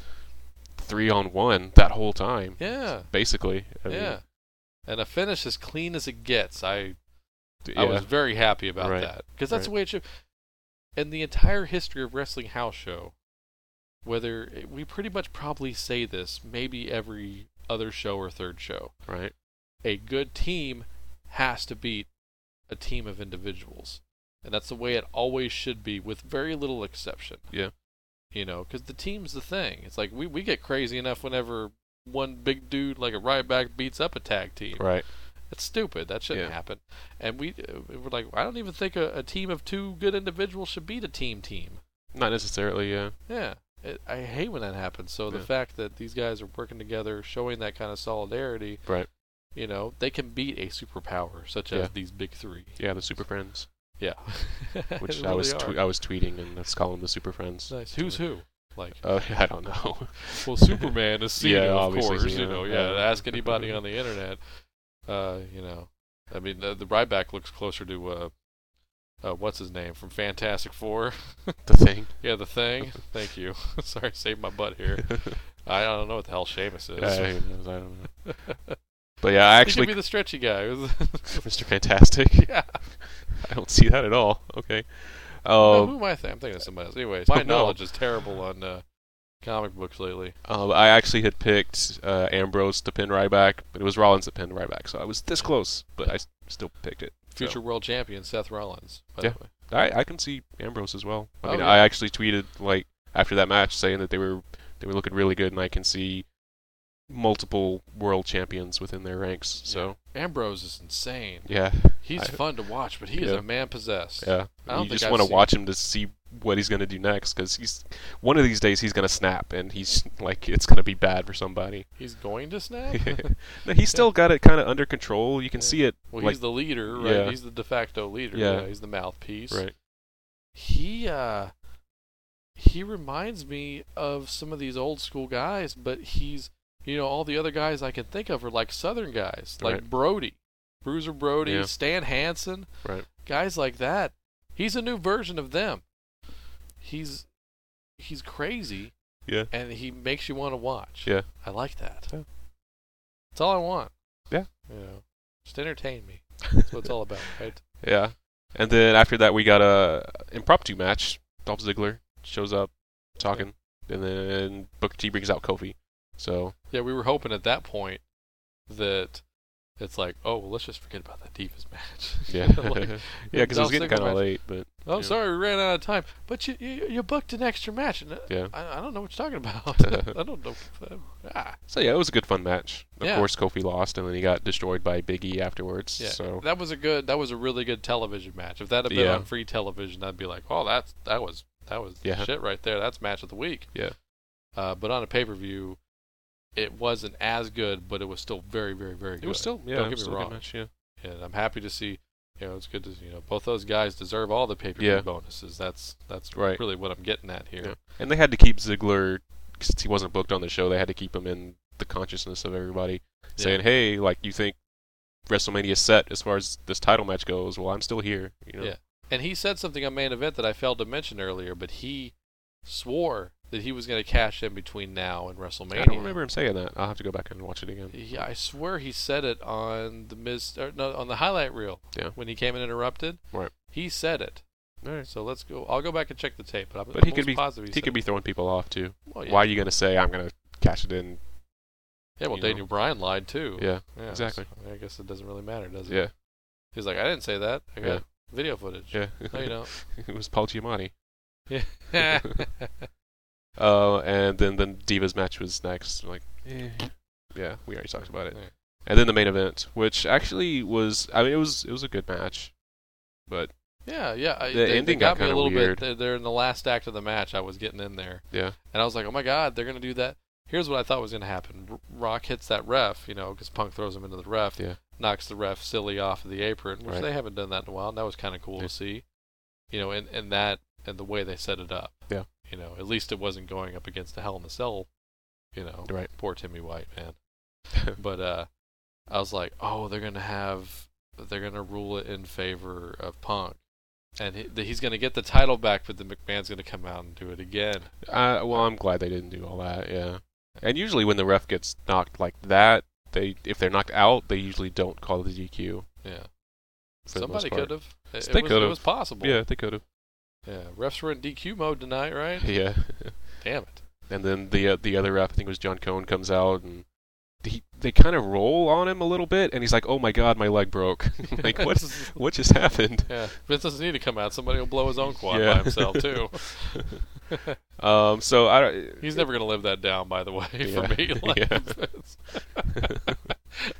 Speaker 2: three on one that whole time.
Speaker 1: yeah,
Speaker 2: Basically. I mean,
Speaker 1: yeah. And a finish as clean as it gets. I
Speaker 2: d-
Speaker 1: I
Speaker 2: yeah,
Speaker 1: was very happy about
Speaker 2: Right.
Speaker 1: that because that's
Speaker 2: Right.
Speaker 1: the way it should. In the entire history of wrestling house show, whether eh, we pretty much probably say this maybe every other show or third show,
Speaker 2: right.
Speaker 1: a good team has to beat a team of individuals, and that's the way it always should be, with very little exception.
Speaker 2: Yeah.
Speaker 1: you know, because the team's the thing. It's like we we get crazy enough whenever one big dude like a right back beats up a tag team.
Speaker 2: Right.
Speaker 1: That's stupid. That shouldn't
Speaker 2: Yeah.
Speaker 1: happen. And we uh, we're like, I don't even think a, a team of two good individuals should beat a team team.
Speaker 2: Not necessarily. uh, Yeah.
Speaker 1: Yeah, it, I hate when that happens. So the
Speaker 2: Yeah.
Speaker 1: fact that these guys are working together, showing that kind of solidarity,
Speaker 2: Right.
Speaker 1: you know, they can beat a superpower such
Speaker 2: Yeah.
Speaker 1: as these big three.
Speaker 2: Yeah. The Super Friends,
Speaker 1: Yeah,
Speaker 2: which
Speaker 1: They
Speaker 2: I was
Speaker 1: really are.
Speaker 2: twe- I was tweeting, and let's call them the Super Friends.
Speaker 1: nice. Who's who? Like,
Speaker 2: Uh, I don't know.
Speaker 1: well, Superman is Cena,
Speaker 2: Yeah,
Speaker 1: of
Speaker 2: obviously
Speaker 1: course. You
Speaker 2: Cena,
Speaker 1: know, yeah.
Speaker 2: yeah.
Speaker 1: Ask anybody on the internet. Uh, you know, I mean, the, the Ryback looks closer to uh, uh, what's his name from Fantastic Four.
Speaker 2: the thing.
Speaker 1: Yeah, the thing. Thank you. Sorry, saved my butt here. I don't know what the hell Seamus
Speaker 2: I,
Speaker 1: is.
Speaker 2: I don't know. But yeah,
Speaker 1: He
Speaker 2: I
Speaker 1: could
Speaker 2: actually
Speaker 1: be the stretchy guy.
Speaker 2: Mr. Fantastic.
Speaker 1: yeah.
Speaker 2: I don't see that at all. Okay.
Speaker 1: Oh,
Speaker 2: Um,
Speaker 1: who am I? Th- I'm thinking of somebody else. Anyways,
Speaker 2: Oh,
Speaker 1: my
Speaker 2: no.
Speaker 1: knowledge is terrible on uh, comic books lately.
Speaker 2: um, I actually had picked uh, Ambrose to pin Ryback, but it was Rollins that pinned Ryback, so I was this close, but I s- still picked it.
Speaker 1: Future world champion Seth Rollins. By
Speaker 2: Yeah.
Speaker 1: The way.
Speaker 2: I, I can see Ambrose as well. I
Speaker 1: Oh,
Speaker 2: mean,
Speaker 1: yeah.
Speaker 2: I actually tweeted like after that match saying that they were they were looking really good, and I can see multiple world champions within their ranks. So
Speaker 1: Ambrose is insane.
Speaker 2: yeah,
Speaker 1: He's
Speaker 2: I-
Speaker 1: fun to watch, but he is
Speaker 2: Yeah.
Speaker 1: a man possessed.
Speaker 2: yeah.
Speaker 1: I don't
Speaker 2: you
Speaker 1: think
Speaker 2: just
Speaker 1: I've
Speaker 2: want to
Speaker 1: seen-
Speaker 2: watch him to see what he's going to do next because he's one of these days he's going to snap, and he's like it's going to be bad for somebody.
Speaker 1: He's going to snap.
Speaker 2: no, he's still got it kind of under control. You can
Speaker 1: Yeah.
Speaker 2: see it.
Speaker 1: well,
Speaker 2: like,
Speaker 1: he's the leader, right?
Speaker 2: Yeah.
Speaker 1: He's the de facto leader.
Speaker 2: Yeah.
Speaker 1: he's the mouthpiece.
Speaker 2: right.
Speaker 1: he uh he reminds me of some of these old school guys, but he's you know all the other guys I can think of are like Southern guys, like
Speaker 2: Right.
Speaker 1: Brody, Bruiser Brody,
Speaker 2: Yeah.
Speaker 1: Stan Hansen,
Speaker 2: Right.
Speaker 1: guys like that. He's a new version of them. He's he's crazy,
Speaker 2: Yeah.
Speaker 1: and he makes you want to watch.
Speaker 2: Yeah.
Speaker 1: I like that.
Speaker 2: Yeah.
Speaker 1: That's all I want.
Speaker 2: Yeah.
Speaker 1: you know, just entertain me. That's what it's all about, right?
Speaker 2: yeah. And then after that, we got a impromptu match. Dolph Ziggler shows up, talking, and then Booker T brings out Kofi. So
Speaker 1: Yeah, we were hoping at that point that it's like, oh, well, let's just forget about that Divas match.
Speaker 2: yeah,
Speaker 1: Like,
Speaker 2: yeah, because it
Speaker 1: Dolph
Speaker 2: was getting
Speaker 1: Ziggler
Speaker 2: kind of
Speaker 1: match.
Speaker 2: late, but
Speaker 1: I'm
Speaker 2: Yeah.
Speaker 1: sorry, we ran out of time. But you you, you booked an extra match. And uh,
Speaker 2: yeah.
Speaker 1: I, I don't know what you're talking about. I don't know. Ah,
Speaker 2: So yeah, it was a good fun match. Of
Speaker 1: Yeah.
Speaker 2: course, Kofi lost, and then he got destroyed by Biggie afterwards.
Speaker 1: yeah,
Speaker 2: So
Speaker 1: that was a good. That was a really good television match. If that had been
Speaker 2: Yeah.
Speaker 1: on free television, I'd be like, oh, that's that was that was
Speaker 2: Yeah.
Speaker 1: shit right there. That's match of the week.
Speaker 2: Yeah.
Speaker 1: Uh, but on a pay per view, it wasn't as good, but it was still very, very, very good.
Speaker 2: It was still yeah,
Speaker 1: Don't
Speaker 2: it
Speaker 1: get
Speaker 2: was
Speaker 1: me
Speaker 2: still a good
Speaker 1: wrong.
Speaker 2: match, yeah.
Speaker 1: and I'm happy to see. You know, it's good to you know both those guys deserve all the pay per view
Speaker 2: Yeah.
Speaker 1: bonuses. That's that's
Speaker 2: Right.
Speaker 1: really what I'm getting at here.
Speaker 2: Yeah. And they had to keep Ziggler since he wasn't booked on the show. They had to keep him in the consciousness of everybody, saying, "Hey, like you think WrestleMania's set as far as this title match goes? Well, I'm still here." You know,
Speaker 1: Yeah. And he said something on main event that I failed to mention earlier, but he swore that he was going to cash in between now and WrestleMania.
Speaker 2: I don't remember him saying that. I'll have to go back and watch it again.
Speaker 1: Yeah, I swear he said it on the Miz, or no, on the highlight reel.
Speaker 2: Yeah.
Speaker 1: When he came and interrupted.
Speaker 2: Right.
Speaker 1: He said it.
Speaker 2: All right.
Speaker 1: So let's go. I'll go back and check the tape, but I'm
Speaker 2: But he
Speaker 1: almost
Speaker 2: could be-
Speaker 1: positive he,
Speaker 2: He could be throwing people off too.
Speaker 1: Well, yeah.
Speaker 2: Why are you gonna say I'm gonna cash it in?
Speaker 1: Yeah. Well,
Speaker 2: you know.
Speaker 1: Daniel Bryan lied too.
Speaker 2: Yeah,
Speaker 1: Yeah,
Speaker 2: exactly.
Speaker 1: so I guess it doesn't really matter, does it?
Speaker 2: yeah,
Speaker 1: He's like, I didn't say that. I got
Speaker 2: Yeah.
Speaker 1: video footage.
Speaker 2: Oh, yeah.
Speaker 1: No, you don't.
Speaker 2: it was Paul Giamatti.
Speaker 1: yeah.
Speaker 2: Uh, and then then Divas match was next. Like, eh. yeah, we already talked about it.
Speaker 1: Yeah.
Speaker 2: And then the main event, which actually was, I mean, it was it was a good match, but
Speaker 1: Yeah. I,
Speaker 2: The
Speaker 1: they, they
Speaker 2: ending
Speaker 1: got,
Speaker 2: got
Speaker 1: me a
Speaker 2: kinda
Speaker 1: little
Speaker 2: weird.
Speaker 1: bit. They're, in the last act of the match. I was getting in there,
Speaker 2: yeah,
Speaker 1: and I was like, oh my god, they're gonna do that. Here's what I thought was gonna happen. R- Rock hits that ref, you know, because Punk throws him into the ref.
Speaker 2: Yeah.
Speaker 1: Knocks the ref silly off of the apron, which
Speaker 2: Right.
Speaker 1: they haven't done that in a while. And that was kind of cool
Speaker 2: Yeah.
Speaker 1: to see. You know, and and that and the way they set it up.
Speaker 2: Yeah.
Speaker 1: You know, at least it wasn't going up against the Hell in the Cell. You know.
Speaker 2: Right.
Speaker 1: Poor Timmy White, man. but uh, I was like, oh, they're gonna have, they're gonna rule it in favor of Punk, and he, th- he's gonna get the title back, but then McMahon's gonna come out and do it again.
Speaker 2: uh, well, I'm glad they didn't do all that. Yeah, and usually when the ref gets knocked like that, they if they're knocked out, they usually don't call the DQ.
Speaker 1: Yeah,
Speaker 2: For the most
Speaker 1: somebody
Speaker 2: part.
Speaker 1: could have. It,
Speaker 2: They
Speaker 1: was, it
Speaker 2: could've.
Speaker 1: was possible.
Speaker 2: Yeah, they could have.
Speaker 1: yeah. Refs were in DQ mode tonight, right?
Speaker 2: Yeah.
Speaker 1: Damn it.
Speaker 2: and then the uh, the other ref, I think it was John Cohn, comes out and he, they kind of roll on him a little bit, and he's like, "Oh my God, my leg broke! like what? what just happened?"
Speaker 1: Yeah, Vince doesn't need to come out. Somebody will blow his own quad
Speaker 2: Yeah.
Speaker 1: by himself too.
Speaker 2: Um, so I don't.
Speaker 1: He's never gonna live that down, by the way,
Speaker 2: Yeah.
Speaker 1: for me. Like,
Speaker 2: Yeah.
Speaker 1: it's-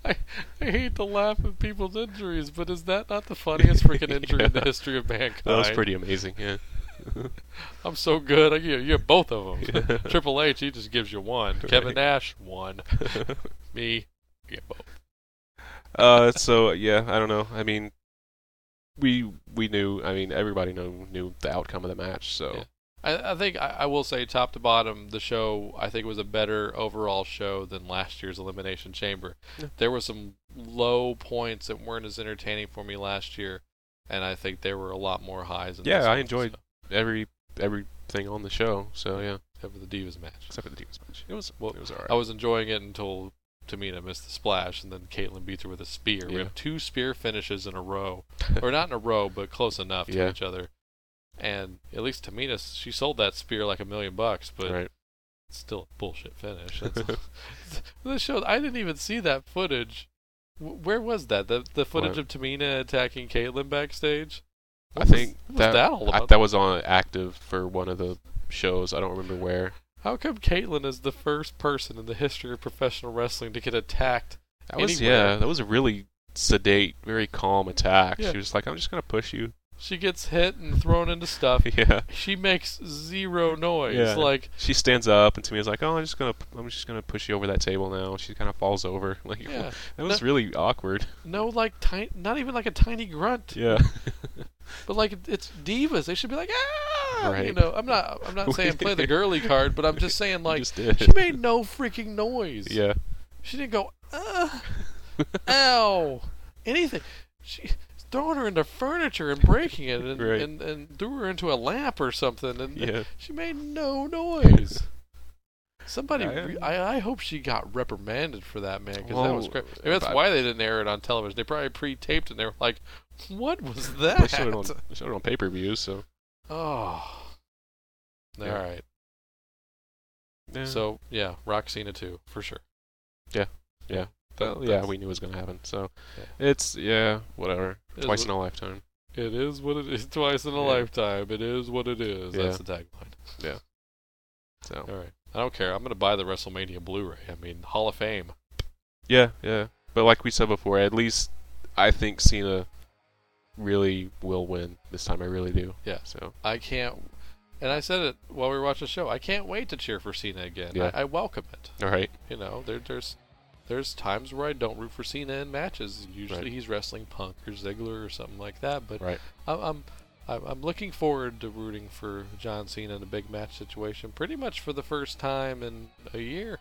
Speaker 1: I, I hate to laugh at people's injuries, but is that not the funniest freaking injury in the
Speaker 2: Yeah.
Speaker 1: history of mankind?
Speaker 2: that was pretty amazing. Yeah.
Speaker 1: I'm so good. I, you, you have both of them.
Speaker 2: Yeah.
Speaker 1: Triple H, he just gives you one. Kevin
Speaker 2: Right.
Speaker 1: Nash, one. Me, I get both.
Speaker 2: uh, so yeah, I don't know. I mean, we we knew. I mean, everybody knew knew the outcome of the match. So
Speaker 1: Yeah. I, I think I, I will say, top to bottom, the show I think was a better overall show than last year's Elimination Chamber.
Speaker 2: Yeah.
Speaker 1: There were some low points that weren't as entertaining for me last year, and I think there were a lot more highs. In
Speaker 2: Yeah,
Speaker 1: this
Speaker 2: I
Speaker 1: one,
Speaker 2: enjoyed- every everything on the show. So yeah,
Speaker 1: so, except for the Divas match.
Speaker 2: except for the Divas match, it was
Speaker 1: Well,
Speaker 2: it was alright.
Speaker 1: I was enjoying it until Tamina missed the splash, and then Caitlyn beats her with a spear. We
Speaker 2: Yeah.
Speaker 1: have two spear finishes in a row, or not in a row, but close enough to
Speaker 2: Yeah.
Speaker 1: each other. And at least Tamina, she sold that spear like a million bucks, but
Speaker 2: right.
Speaker 1: it's still a bullshit finish. That's- this show, I didn't even see that footage. W- Where was that? The the footage
Speaker 2: What?
Speaker 1: of Tamina attacking Caitlyn backstage.
Speaker 2: I
Speaker 1: What was-
Speaker 2: think
Speaker 1: what was that, all
Speaker 2: I-
Speaker 1: about?
Speaker 2: that was on active for one of the shows. I don't remember where.
Speaker 1: How come Caitlyn is the first person in the history of professional wrestling to get attacked?
Speaker 2: That was
Speaker 1: Anywhere.
Speaker 2: yeah. That was a really sedate, very calm attack.
Speaker 1: Yeah.
Speaker 2: She was like, "I'm just gonna push you."
Speaker 1: She gets hit and thrown into stuff.
Speaker 2: yeah.
Speaker 1: She makes zero noise.
Speaker 2: Yeah.
Speaker 1: Like
Speaker 2: She stands up, and to me is like, "Oh, I'm just gonna, I'm just gonna push you over that table now." She kind of falls over. Like,
Speaker 1: yeah,
Speaker 2: that was really awkward.
Speaker 1: no, like tiny, not even like a tiny grunt.
Speaker 2: Yeah.
Speaker 1: But like it- it's divas. They should be like ah. You
Speaker 2: Right.
Speaker 1: know, I'm not. I'm not saying play the girly card, but I'm just saying like.
Speaker 2: just did.
Speaker 1: She made no freaking noise.
Speaker 2: yeah.
Speaker 1: She didn't go, uh, ow, anything. She throwing her into furniture and breaking it and,
Speaker 2: Right.
Speaker 1: and, and threw her into a lamp or something. And
Speaker 2: Yeah.
Speaker 1: she made no noise. Somebody,
Speaker 2: Yeah,
Speaker 1: re- I, I hope she got reprimanded for that, man, because that was
Speaker 2: Well,
Speaker 1: great. Maybe that's
Speaker 2: but-
Speaker 1: why they didn't air it on television. They probably pre taped and they were like, what was
Speaker 2: They
Speaker 1: that?
Speaker 2: showed it on, they showed it on pay-per-view, so.
Speaker 1: oh.
Speaker 2: Yeah.
Speaker 1: All right.
Speaker 2: Yeah.
Speaker 1: So, yeah, Roxina too, for sure.
Speaker 2: Yeah. Yeah. Well, yeah, we knew it was gonna happen. So, it's yeah, whatever.
Speaker 1: It is
Speaker 2: Twice
Speaker 1: what-
Speaker 2: in a lifetime.
Speaker 1: It is what it is. Twice in a
Speaker 2: Yeah.
Speaker 1: lifetime. It is what it is.
Speaker 2: Yeah.
Speaker 1: That's the tagline.
Speaker 2: So.
Speaker 1: All right. I don't care. I'm going to buy the WrestleMania Blu-ray. I mean, Hall of Fame.
Speaker 2: Yeah, yeah. But like we said before, at least I think Cena really will win this time. I really do.
Speaker 1: Yeah.
Speaker 2: So
Speaker 1: I can't. And I said it while we were watching the show. I can't wait to cheer for Cena again.
Speaker 2: Yeah.
Speaker 1: I, I welcome it.
Speaker 2: All right.
Speaker 1: You know, there, there's there's times where I don't root for Cena in matches. Usually
Speaker 2: Right.
Speaker 1: he's wrestling Punk or Ziggler or something like that. But
Speaker 2: Right.
Speaker 1: I'm, I'm I'm I'm looking forward to rooting for John Cena in a big match situation, pretty much for the first time in a year.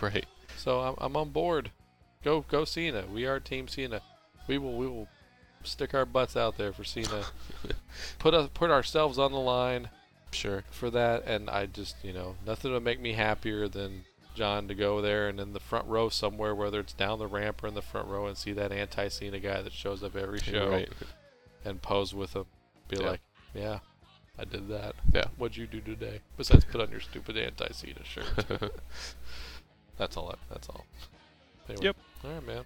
Speaker 2: right.
Speaker 1: So I'm, I'm on board. Go go Cena. We are Team Cena. We will we will stick our butts out there for Cena. put us put ourselves on the line
Speaker 2: Sure.
Speaker 1: for that, and I just you know nothing would make me happier than John to go there and in the front row somewhere, whether it's down the ramp or in the front row, and see that anti-Cena guy that shows up every show
Speaker 2: Right.
Speaker 1: and pose with him. Be
Speaker 2: Yeah.
Speaker 1: like, yeah, I did that.
Speaker 2: Yeah.
Speaker 1: What'd you do today? Besides put on your stupid anti-Cena shirt. That's all. I, that's all. Anyway.
Speaker 2: Yep.
Speaker 1: All right, man.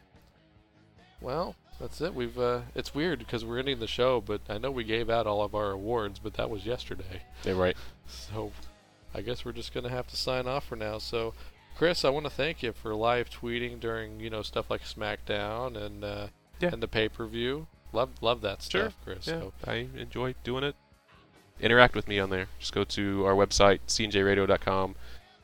Speaker 1: Well, that's it. We've. Uh, it's weird because we're ending the show, but I know we gave out all of our awards, but that was yesterday.
Speaker 2: yeah. Right.
Speaker 1: So, I guess we're just gonna have to sign off for now. So, Chris, I want to thank you for live tweeting during you know stuff like SmackDown and uh,
Speaker 2: Yeah.
Speaker 1: and the pay per view. Love love that
Speaker 2: Sure,
Speaker 1: stuff, Chris.
Speaker 2: Yeah.
Speaker 1: So,
Speaker 2: I enjoy doing it. Interact with me on there. Just go to our website, cnjradio.com.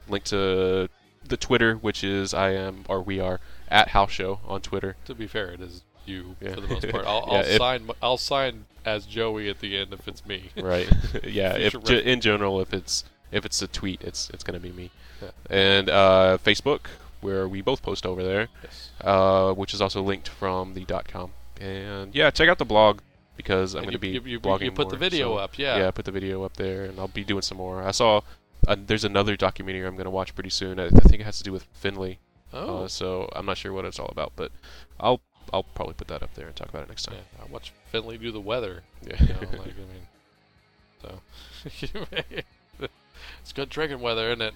Speaker 2: Link to the Twitter, which is I am or we are at House Show on Twitter.
Speaker 1: to be fair, it is you
Speaker 2: Yeah.
Speaker 1: for the most part. I'll,
Speaker 2: Yeah,
Speaker 1: I'll
Speaker 2: if-
Speaker 1: sign. I'll sign as Joey at the end if it's me.
Speaker 2: right yeah
Speaker 1: Future
Speaker 2: if, ju-
Speaker 1: reference.
Speaker 2: in general if it's if it's a tweet it's it's gonna be me
Speaker 1: Yeah.
Speaker 2: and uh, facebook where we both post over there
Speaker 1: yes.
Speaker 2: uh, which is also linked from the dot com and yeah check out the blog because i'm
Speaker 1: And
Speaker 2: gonna
Speaker 1: you-
Speaker 2: be
Speaker 1: you- you-
Speaker 2: blogging
Speaker 1: you put the
Speaker 2: more,
Speaker 1: video
Speaker 2: so-
Speaker 1: up, yeah.
Speaker 2: yeah put the video up there and i'll be doing some more i saw uh, there's another documentary i'm gonna watch pretty soon i, I think it has to do with finley
Speaker 1: Oh,
Speaker 2: uh, so i'm not sure what it's all about but i'll i'll probably put that up there and talk about it next
Speaker 1: yeah.
Speaker 2: time
Speaker 1: I watch Finley do the weather.
Speaker 2: yeah,
Speaker 1: You know, like I mean, so it's good drinking weather, isn't it?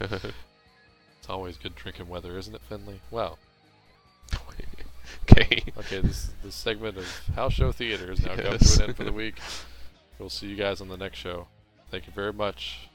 Speaker 1: It's always good drinking weather, isn't it, Finley? Wow.
Speaker 2: okay
Speaker 1: Okay, this this segment of House Show Theater is now coming
Speaker 2: Yes.
Speaker 1: to an end for the week. We'll see you guys on the next show. Thank you very much.